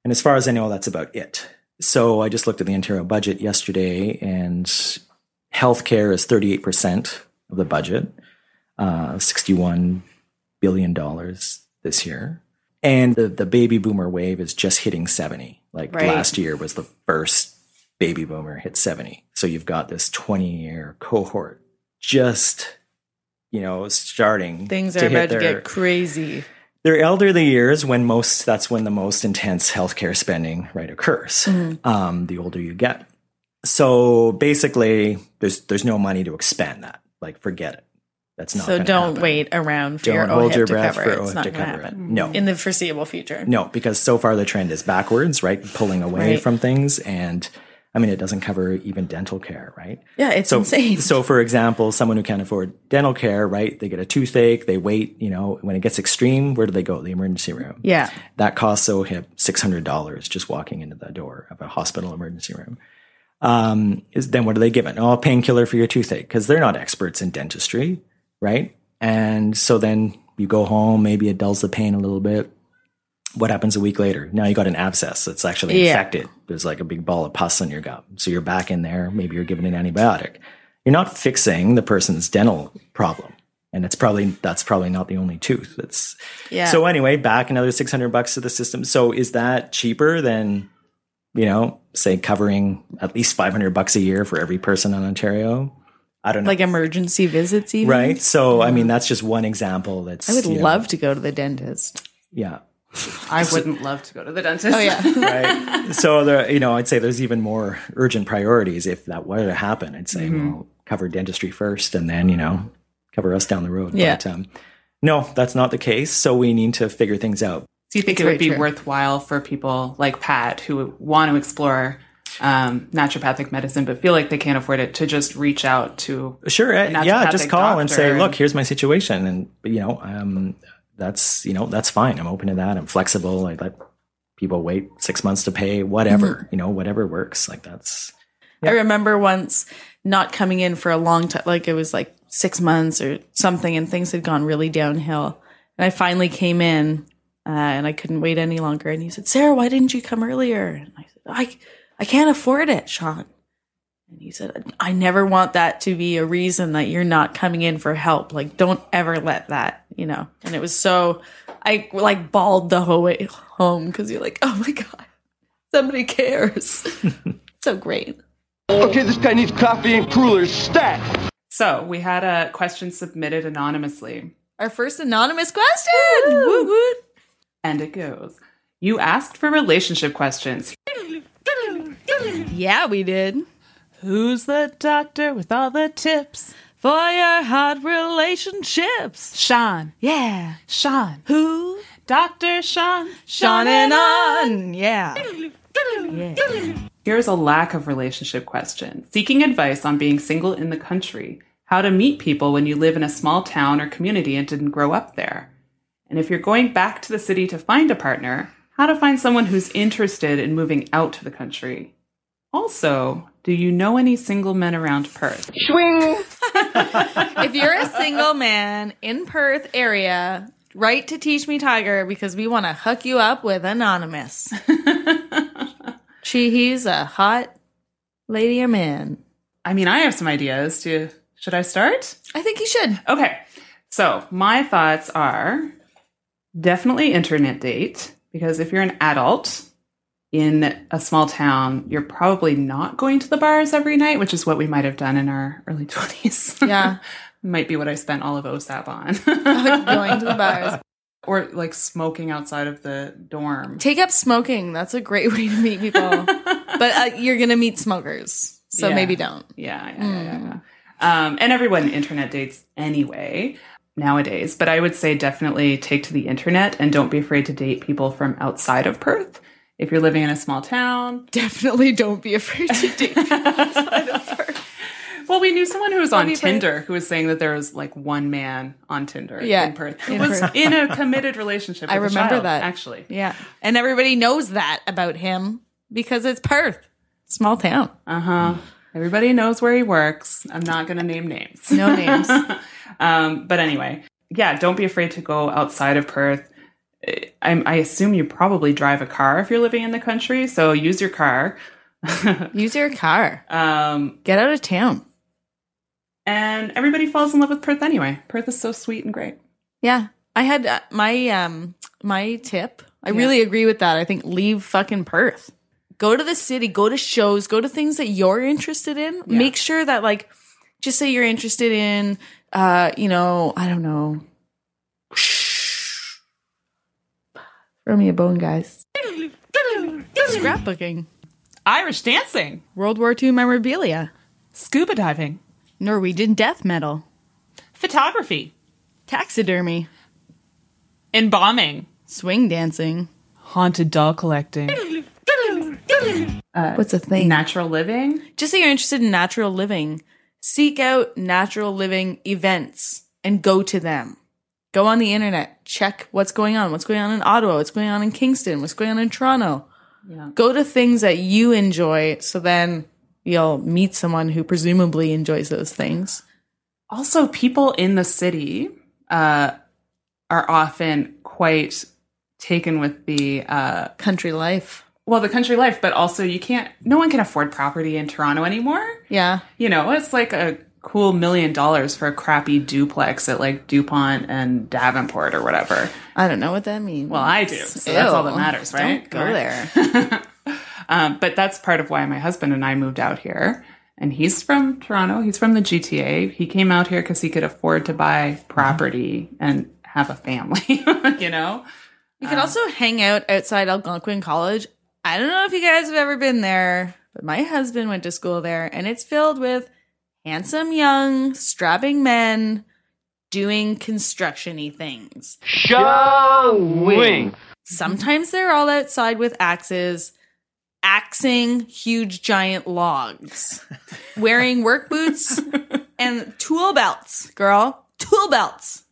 S6: And as far as I know, that's about it. So I just looked at the Ontario budget yesterday, and healthcare is thirty eight percent of the budget, uh, sixty one billion dollars this year. And the, the baby boomer wave is just hitting 70. Like
S4: Right.
S6: last year was the first baby boomer hit 70. So you've got this 20 year cohort just, you know, starting.
S4: Things are
S6: hit
S4: about to
S6: their-
S4: get crazy.
S6: their elderly years when most that's when the most intense healthcare spending right occurs
S4: Mm-hmm.
S6: um, the older you get so basically there's there's no money to expand that like forget it that's not
S4: So
S6: gonna
S4: don't
S6: happen.
S4: wait around for your
S6: don't hold
S4: OHIP
S6: your
S4: to
S6: breath
S4: cover.
S6: for
S4: it. it's
S6: OHIP
S4: not
S6: to
S4: going to
S6: cover it
S4: happen
S6: no
S4: in the foreseeable future.
S6: no because so far the trend is backwards right pulling away
S4: Right.
S6: from things and I mean, it doesn't cover even dental care, right?
S4: Yeah, it's
S6: so,
S4: insane.
S6: So, for example, someone who can't afford dental care, right? They get a toothache, they wait, you know, when it gets extreme, where do they go? The emergency room.
S4: Yeah.
S6: That costs OHIP $600 just walking into the door of a hospital emergency room. Um, is, then what are they given? Oh, a painkiller for your toothache, because they're not experts in dentistry, right? And so then you go home, maybe it dulls the pain a little bit. What happens a week later? Now you got an abscess that's actually
S4: Yeah.
S6: infected. There's like a big ball of pus in your gum. So you're back in there. Maybe you're given an antibiotic. You're not fixing the person's dental problem. And it's probably that's probably not the only tooth. It's
S4: Yeah.
S6: so anyway, back another six hundred bucks to the system. So is that cheaper than you know, say covering at least five hundred bucks a year for every person in Ontario? I don't know.
S4: like emergency visits, even.
S6: right. So I mean that's just one example that's
S4: Mm-hmm. I would
S6: you know,
S4: love to go to the dentist.
S6: yeah.
S1: I wouldn't love to go to the dentist.
S4: Oh yeah,
S6: Right. so there, you know, I'd say there's even more urgent priorities if that were to happen. I'd say,
S4: Mm-hmm.
S6: well, cover dentistry first, and then you know, cover us down the road.
S4: Yeah.
S6: But, um, no, that's not the case. So we need to figure things out.
S1: Do you think it
S4: It's
S1: would be
S4: very true.
S1: worthwhile for people like Pat who would want to explore um, naturopathic medicine but feel like they can't afford it to just reach out to?
S6: Sure, eh,
S1: naturopathic
S6: yeah, just call and say,
S1: doctor
S6: look,
S1: and-
S6: here's my situation, and you know, um, that's you know, that's fine. I'm open to that. I'm flexible. I let people wait six months to pay, whatever
S4: Mm-hmm.
S6: you know, whatever works. Like that's
S4: I remember once not coming in for a long time, like it was like six months or something, and things had gone really downhill. And I finally came in, uh, and I couldn't wait any longer. And he said, "Sarah, why didn't you come earlier?" And I said, "I, I can't afford it, Sean." And he said, "I never want that to be a reason that you're not coming in for help. Like, don't ever let that, you know." And it was so, I like bawled the whole way home because you're like, "Oh my god, somebody cares." so great.
S9: Okay, this guy needs coffee and crullers stat.
S1: So we had a question submitted anonymously,
S4: Our first anonymous question. Woot woot.
S1: and it goes: You asked for relationship questions.
S2: Yeah, we did.
S1: Who's the doctor with all the tips?
S2: For your hot relationships.
S1: Sean,
S2: Yeah.
S1: Sean,
S2: Who?
S1: Doctor Sean.
S2: Sean and on. Yeah.
S1: Here's a lack of relationship question. Seeking advice on being single in the country, how to meet people when you live in a small town or community and didn't grow up there. And if you're going back to the city to find a partner, how to find someone who's interested in moving out to the country. Also, do you know any single men around Perth?
S8: if you're a single man in Perth area, write to Teach Me Tiger because we want to hook you up with anonymous. she he's a hot lady or man.
S1: I mean, I have some ideas. Do should I start?
S8: I think you should.
S1: Okay. So my thoughts are definitely internet date because if you're an adult in a small town, you're probably not going to the bars every night, which is what we might have done in our early 20s.
S8: Yeah.
S1: might be what I spent all of OSAP on.
S8: Going to the bars.
S1: or like smoking outside of the dorm.
S8: Take up smoking. That's a great way to meet people. but uh, you're going to meet smokers. So
S1: Yeah.
S8: maybe don't.
S1: Yeah, yeah, yeah, yeah, yeah. Um, and everyone internet dates anyway nowadays, but I would say definitely take to the internet and don't be afraid to date people from outside of Perth. If you're living in a small town,
S8: Definitely don't be afraid to date.
S1: well, we knew someone who was on Tinder who was saying that there was like one man on Tinder
S8: Yeah,
S1: in Perth who was in a committed relationship. With
S8: I
S1: a
S8: remember
S1: child,
S8: that.
S1: actually.
S8: yeah. And everybody knows that about him because it's Perth, small town.
S1: Uh huh. Everybody knows where he works. I'm not going to name names.
S8: No names.
S1: um, but anyway, yeah, don't be afraid to go outside of Perth. I, I assume you probably drive a car if you're living in the country, so use your car.
S8: Use your car.
S1: um,
S8: Get out of town.
S1: and everybody falls in love with Perth anyway. Perth is so sweet and great.
S8: Yeah, I had uh, my um my tip. I really agree with that. I think leave fucking Perth. Go to the city, go to shows, go to things that you're interested in. Make sure that like just say you're interested in uh, you know, I don't know.
S4: Throw me a bone, guys.
S8: Scrapbooking,
S1: Irish dancing,
S8: World War II memorabilia,
S1: scuba diving,
S8: Norwegian death metal,
S1: photography,
S8: taxidermy,
S1: embalming,
S8: swing dancing,
S1: haunted doll collecting,
S4: What's a thing?
S1: Natural living.
S4: just so you're interested in natural living, seek out natural living events and go to them. Go on the internet, check what's going on, what's going on in Ottawa, what's going on in Kingston, what's going on in Toronto. Go to things that you enjoy so then you'll meet someone who presumably enjoys those things.
S1: Also, people in the city uh, are often quite taken with the uh,
S4: Country life.
S1: well, the country life, but also you can't. No one can afford property in Toronto anymore.
S4: Yeah.
S1: You know, it's like a cool million dollars for a crappy duplex at like Dupont and Davenport or whatever.
S4: I don't know what that means.
S1: Well, I do. So that's all that
S4: Ew.
S1: matters, right?
S4: Don't go there.
S1: Um, but that's part of why my husband and I moved out here. And he's from Toronto. He's from the GTA. He came out here because he could afford to buy property and have a family, you know?
S4: You could also hang out outside Algonquin College. I don't know if you guys have ever been there, but my husband went to school there and it's filled with handsome young, strapping men doing construction y things.
S3: Shang Wing.
S4: Sometimes they're all outside with axes, axing huge giant logs, wearing work boots and tool belts, girl. Tool belts.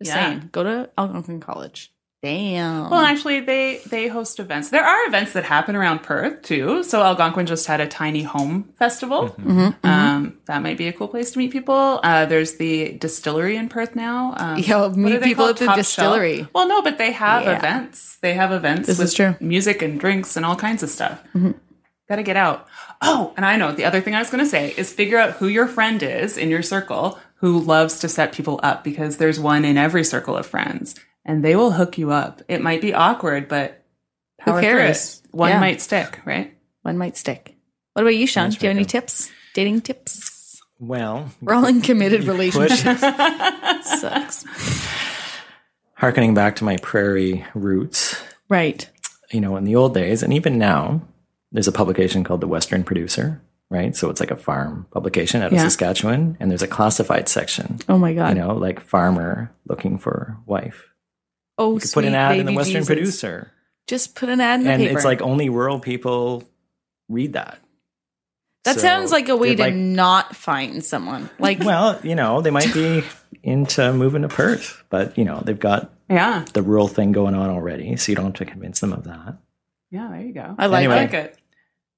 S4: Just
S1: Yeah.
S4: saying, go to Algonquin College. Damn.
S1: Well, actually, they, they host events. There are events that happen around Perth, too. So Algonquin just had a tiny home festival.
S4: Mm-hmm.
S1: Um, that might be a cool place to meet people. Uh, there's the distillery in Perth now. Um,
S4: Yeah,
S1: what
S4: meet
S1: are they
S4: people
S1: called?
S4: at the
S1: Top Shelf?
S4: distillery.
S1: Well, no, but they have
S4: Yeah.
S1: events. They have events
S4: This
S1: with
S4: is true.
S1: music and drinks and all kinds of stuff. Got to get out. Oh, and I know the other thing I was going to say is figure out who your friend is in your circle who loves to set people up because there's one in every circle of friends and they will hook you up. It might be awkward, but power through
S4: cares?
S1: it. One
S4: Yeah.
S1: might stick, right?
S4: one might stick. What about you, Sean? Do you have any tips? Dating tips?
S6: Well,
S4: We're all in committed relationships.
S6: push.
S4: Sucks.
S6: Harkening back to my prairie roots,
S4: Right.
S6: you know, in the old days and even now, there's a publication called The Western Producer, right? So it's like a farm publication out of
S1: Yeah.
S6: Saskatchewan, and there's a classified section,
S4: Oh my god.
S6: you know, like farmer looking for wife.
S4: oh,
S6: You could put an
S4: sweet
S6: ad in the
S4: baby
S6: Western
S4: Jesus.
S6: Producer,
S4: Just put an ad in the
S6: and
S4: paper.
S6: it's like only rural people read that.
S4: that
S6: So
S4: sounds like a way
S6: they'd
S4: to
S6: like-
S4: not find someone. Like
S6: Well, you know, they might be into moving to Perth, but you know, they've got
S1: Yeah.
S6: the rural thing going on already, so you don't have to convince them of that.
S1: Yeah, there you go.
S4: I like
S6: Anyway.
S1: I
S4: it.
S1: like it.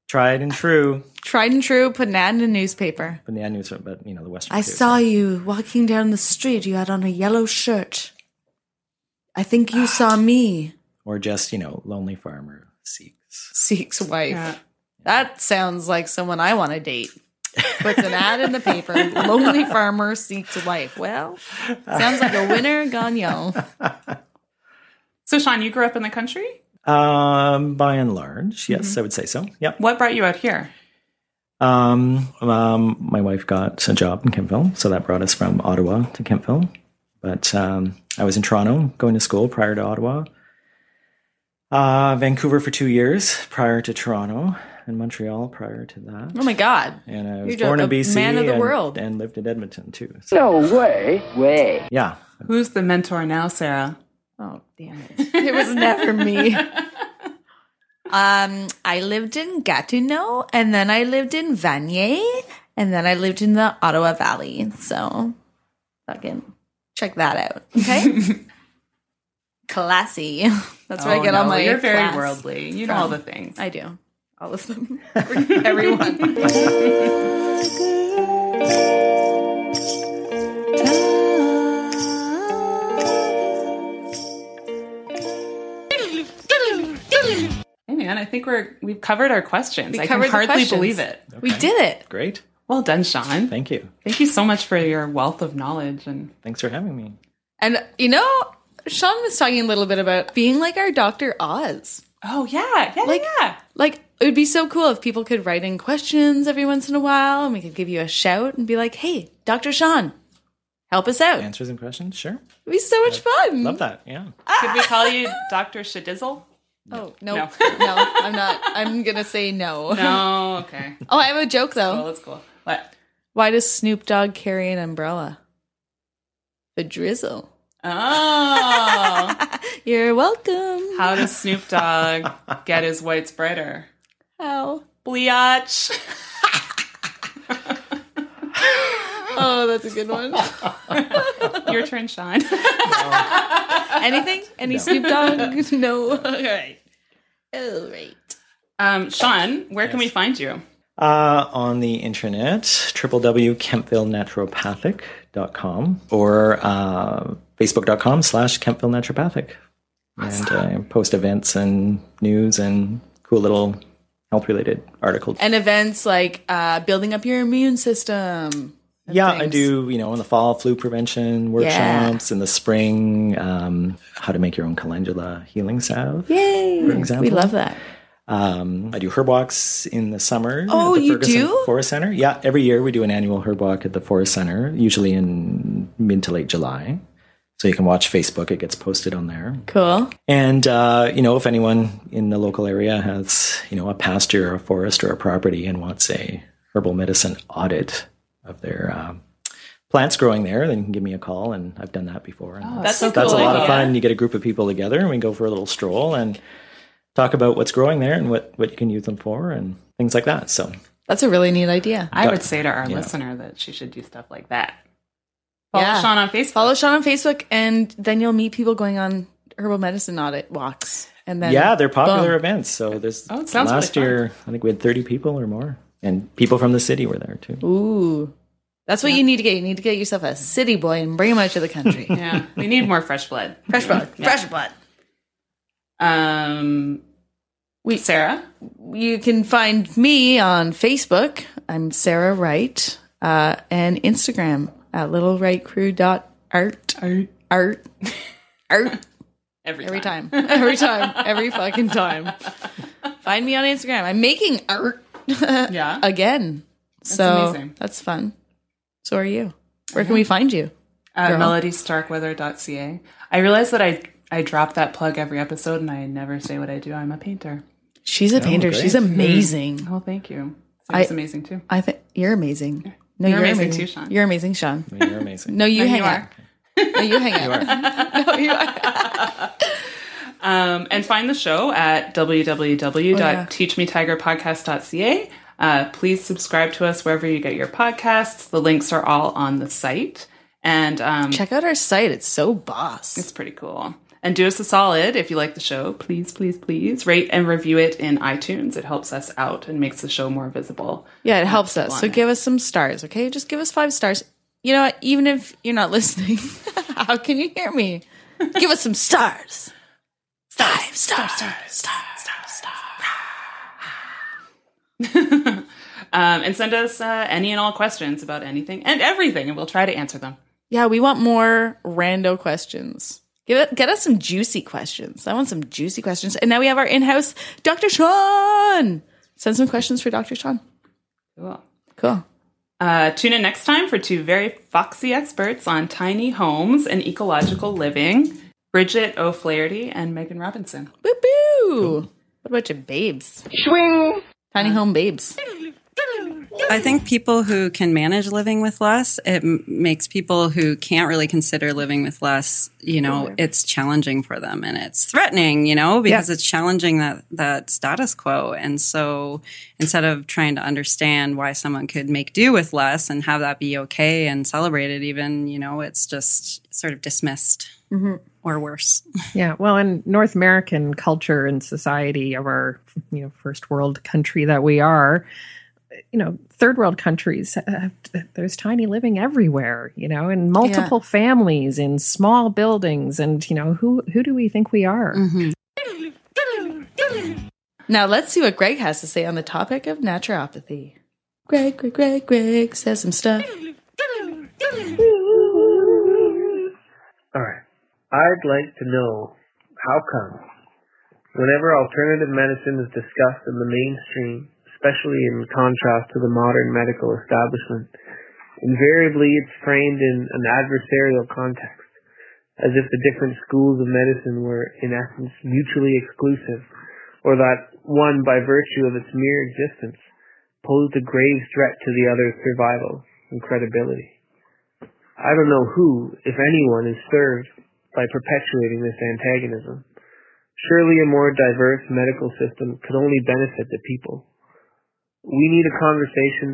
S6: Tried and true,
S4: Tried and true. Put an ad in a newspaper.
S6: but the ad news, but you know, the Western.
S4: I
S6: Producer.
S4: saw you walking down the street. You had on a yellow shirt. I think you saw me.
S6: or just you know, lonely farmer seeks.
S4: Seeks wife.
S1: Yeah.
S4: That sounds like someone I want to date. Puts an ad in the paper. Lonely farmer seeks wife. Well, sounds like a winner gone young.
S1: So, Sean, you grew up in the country.
S6: Um, by and large, yes,
S4: Mm-hmm.
S6: I would say so. Yep.
S1: What brought you out here?
S6: Um, um, my wife got a job in Kempville, so that brought us from Ottawa to Kempville. But um, I was in Toronto going to school prior to Ottawa. Uh, Vancouver for two years prior to Toronto, and Montreal prior to that.
S4: Oh my God.
S6: and I was
S4: You're
S6: born
S4: a
S6: in BC,
S4: man of the
S6: and,
S4: world.
S6: and lived in Edmonton too. So,
S3: No way. Way.
S6: yeah,
S1: Who's the mentor now, Sarah?
S4: Oh, damn it. It was never me. Um, I lived in Gatineau and then I lived in Vanier and then I lived in the Ottawa Valley. So fucking check that out. Okay. Classy. That's where I
S1: Oh,
S4: get all
S1: no,
S4: my
S1: You're very
S4: class.
S1: worldly. You know all the things.
S4: I do. All of them. Every- Everyone.
S1: Hey man, I think we're we've covered our questions.
S4: We
S1: I
S4: covered
S1: can
S4: the
S1: hardly
S4: questions.
S1: believe it.
S4: We did it.
S6: great.
S1: Well done, Sean.
S6: Thank you.
S1: Thank you so much for your wealth of knowledge and
S6: Thanks for having me.
S4: And you know, Sean was talking a little bit about being like our Dr. Oz.
S1: Oh yeah, yeah,
S4: Like-
S1: yeah.
S4: Like it would be so cool if people could write in questions every once in a while and we could give you a shout and be like, "Hey, Dr. Sean, help us out." It'd
S6: Answers and questions, sure.
S11: Mm-hmm.
S4: be so much fun.
S6: Love that. Yeah.
S4: ah.
S1: Could we call you Dr. Shadizzle?
S4: Oh, no. No, I'm not. I'm going to say no.
S1: No, okay.
S4: Oh, I have a joke
S1: Well,
S4: though.
S1: that's cool. What?
S4: Why does Snoop Dogg carry an umbrella? The drizzle.
S1: Oh,
S4: You're welcome.
S1: how does Snoop Dogg get his whites brighter? Hell. Bleach.
S11: Oh, that's a good one.
S1: Your turn, Sean.
S4: Anything? Any
S6: No.
S4: Snoop Dogg? no.
S1: All right.
S4: All right.
S1: Um, Sean, where can we find you?
S6: Uh, on the internet, www.kempvillenaturopathic.com or uh, facebook.com slash kempvillenaturopathic. And I post events and news and cool little health related articles.
S11: and events like uh, building up your immune system.
S6: yeah, I do, you know, in the fall, flu prevention workshops, in the spring, um, how to make your own calendula healing salve.
S11: Yay!
S6: For example.
S11: We love that.
S6: Um, I do herb walks in the summer.
S11: Oh,
S6: at the
S11: you
S6: Ferguson
S11: do?
S6: Forest Center. Yeah, every year we do an annual herb walk at the Forest Center, usually in mid to late July. So you can watch Facebook; it gets posted on there.
S11: Cool.
S6: And uh, you know, if anyone in the local area has you know a pasture, or a forest, or a property, and wants a herbal medicine audit of their um, plants growing there, then you can give me a call. And I've done that before.
S11: Oh,
S6: And that's
S1: Oh, so
S6: that's
S1: cool
S6: a lot of
S1: idea.
S6: fun. You get a group of people together, and we go for a little stroll and talk about what's growing there and what what you can use them for and things like that. So
S11: That's a really neat idea.
S1: I would say to our
S6: Yeah.
S1: listener that she should do stuff like that. Follow
S11: Yeah.
S1: Sean on Facebook.
S11: Follow Sean on Facebook, and then you'll meet people going on herbal medicine audit walks. And then
S6: yeah, they're
S11: boom.
S6: popular events. So there's
S1: Oh, it sounds
S6: last
S1: really fun.
S6: year I think we had 30 people or more, and people from the city were there too.
S11: Ooh,
S4: That's what you need to get. You need to get yourself a city boy and bring him out to the country.
S1: Yeah, we need more fresh blood.
S4: Fresh blood.
S1: Yeah.
S4: Fresh blood.
S1: Um, we Sarah.
S4: You can find me on Facebook. I'm Sarah Wright. Uh, and Instagram at littlewrightcrew.art. Art. Art. Art.
S1: Every,
S4: Every time. Every time. Every fucking time. Find me on Instagram. I'm making art
S1: Yeah.
S4: again. so
S1: amazing.
S4: that's fun. So are you. Where can we find you?
S1: uh, melodystarkweather.ca. I realize that I I drop that plug every episode and I never say what I do. I'm a painter.
S4: She's a painter.
S6: great.
S4: She's amazing.
S1: Oh, thank you. It's amazing too.
S4: I think you're amazing. No,
S1: You're amazing too, Sean.
S4: You're amazing, Sean.
S6: I mean, you're amazing.
S4: No, you hang
S1: you
S4: out. No, you hang out.
S1: Um, and find the show at
S4: Oh,
S1: www.teachmetigerpodcast.ca. Uh, please subscribe to us wherever you get your podcasts. The links are all on the site. And um,
S4: Check out our site. It's so boss.
S1: It's pretty cool. And do us a solid if you like the show. Please, please, please rate and review it in iTunes. It helps us out and makes the show more visible.
S4: Yeah, it helps us. So give us some stars, okay? Just give us five stars. You know what? Even if you're not listening, how can you hear me? Give us some stars. Five stars. Stars. Stars. Stars.
S1: Um, and send us uh, any and all questions about anything and everything, and we'll try to answer them.
S4: Yeah, we want more rando questions. Give it, get us some juicy questions. I want some juicy questions. And now we have our in-house Dr. Sean. Send some questions for Dr. Sean.
S1: Cool.
S4: Cool.
S1: Uh, tune in next time for two very foxy experts on tiny homes and ecological living Bridget O'Flaherty and Megan Robinson.
S4: Boo boo. What about your babes? Tiny home babes.
S12: I think people who can manage living with less, it m- makes people who can't really consider living with less, you know, it's challenging for them and it's threatening, you know, because it's challenging that that status quo. And so instead of trying to understand why someone could make do with less and have that be okay and celebrated even, you know, it's just sort of dismissed
S2: Mm-hmm.
S12: or worse.
S2: Yeah, well, in North American culture and society of our, you know, first world country that we are, you know, third world countries, have, there's tiny living everywhere, you know, and multiple families in small buildings, and you know, who who do we think we are?
S4: Now let's see what Greg has to say on the topic of naturopathy. Greg, Greg, Greg, Greg says some stuff.
S3: Alright. I'd like to know how come whenever alternative medicine is discussed in the mainstream, especially in contrast to the modern medical establishment, invariably it's framed in an adversarial context, as if the different schools of medicine were in essence mutually exclusive, or that one by virtue of its mere existence posed a grave threat to the other's survival and credibility. I don't know who, if anyone, is served by perpetuating this antagonism. Surely a more diverse medical system could only benefit the people. We need a conversation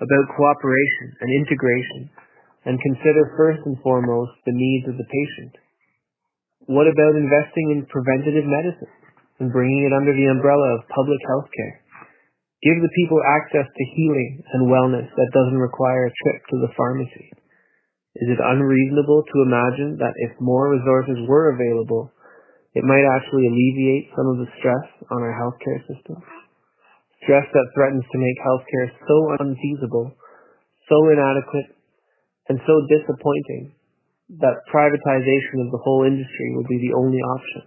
S3: about cooperation and integration and consider first and foremost the needs of the patient. What about investing in preventative medicine and bringing it under the umbrella of public health care? Give the people access to healing and wellness that doesn't require a trip to the pharmacy. Is it unreasonable to imagine that if more resources were available, it might actually alleviate some of the stress on our healthcare system? Stress that threatens to make healthcare so unfeasible, so inadequate, and so disappointing that privatization of the whole industry would be the only option.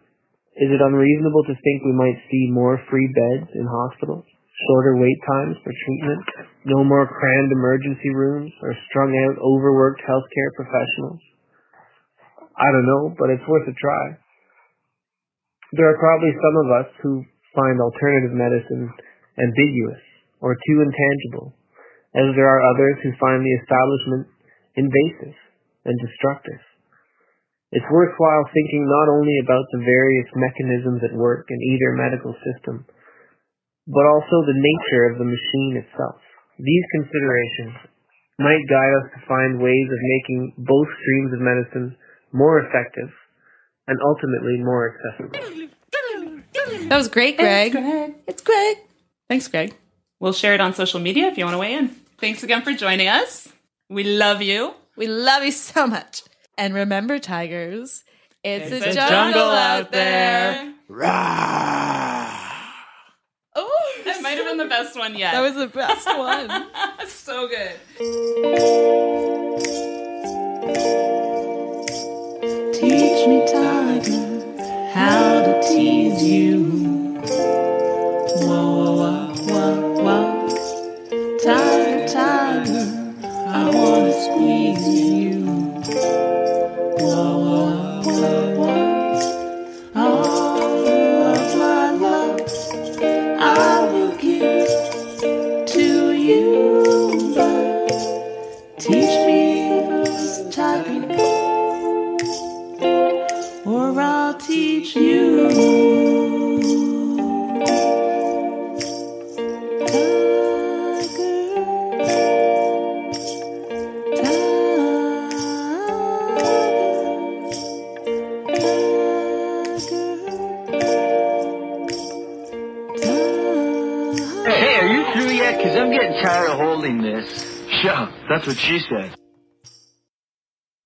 S3: Is it unreasonable to think we might see more free beds in hospitals, shorter wait times for treatment, no more crammed emergency rooms or strung out overworked healthcare professionals? I don't know, but it's worth a try. There are probably some of us who find alternative medicine ambiguous or too intangible, as there are others who find the establishment invasive, and destructive. It's worthwhile thinking not only about the various mechanisms at work in either medical system, but also the nature of the machine itself. These considerations might guide us to find ways of making both streams of medicine more effective and ultimately more accessible.
S4: That was great, Greg.
S1: Thanks, Greg.
S4: It's Greg. Thanks, Greg.
S1: We'll share it on social media if you want to weigh in. Thanks again for joining us. We love you.
S4: We love you so much. And remember, tigers, it's, a, jungle, out there.
S1: Oh, that might have been the best one yet.
S4: That was the best one.
S1: so good.
S5: Teach me, tiger, how to tease you. Whoa, whoa, whoa, whoa, whoa. Tiger, tiger, I wanna squeeze you. Whoa, whoa, whoa, whoa. All of my love, I will give to you. Teach me, tiger, or I'll teach you.
S9: Hey, are you through yet? Because I'm getting tired of holding this. Yeah, that's what she said.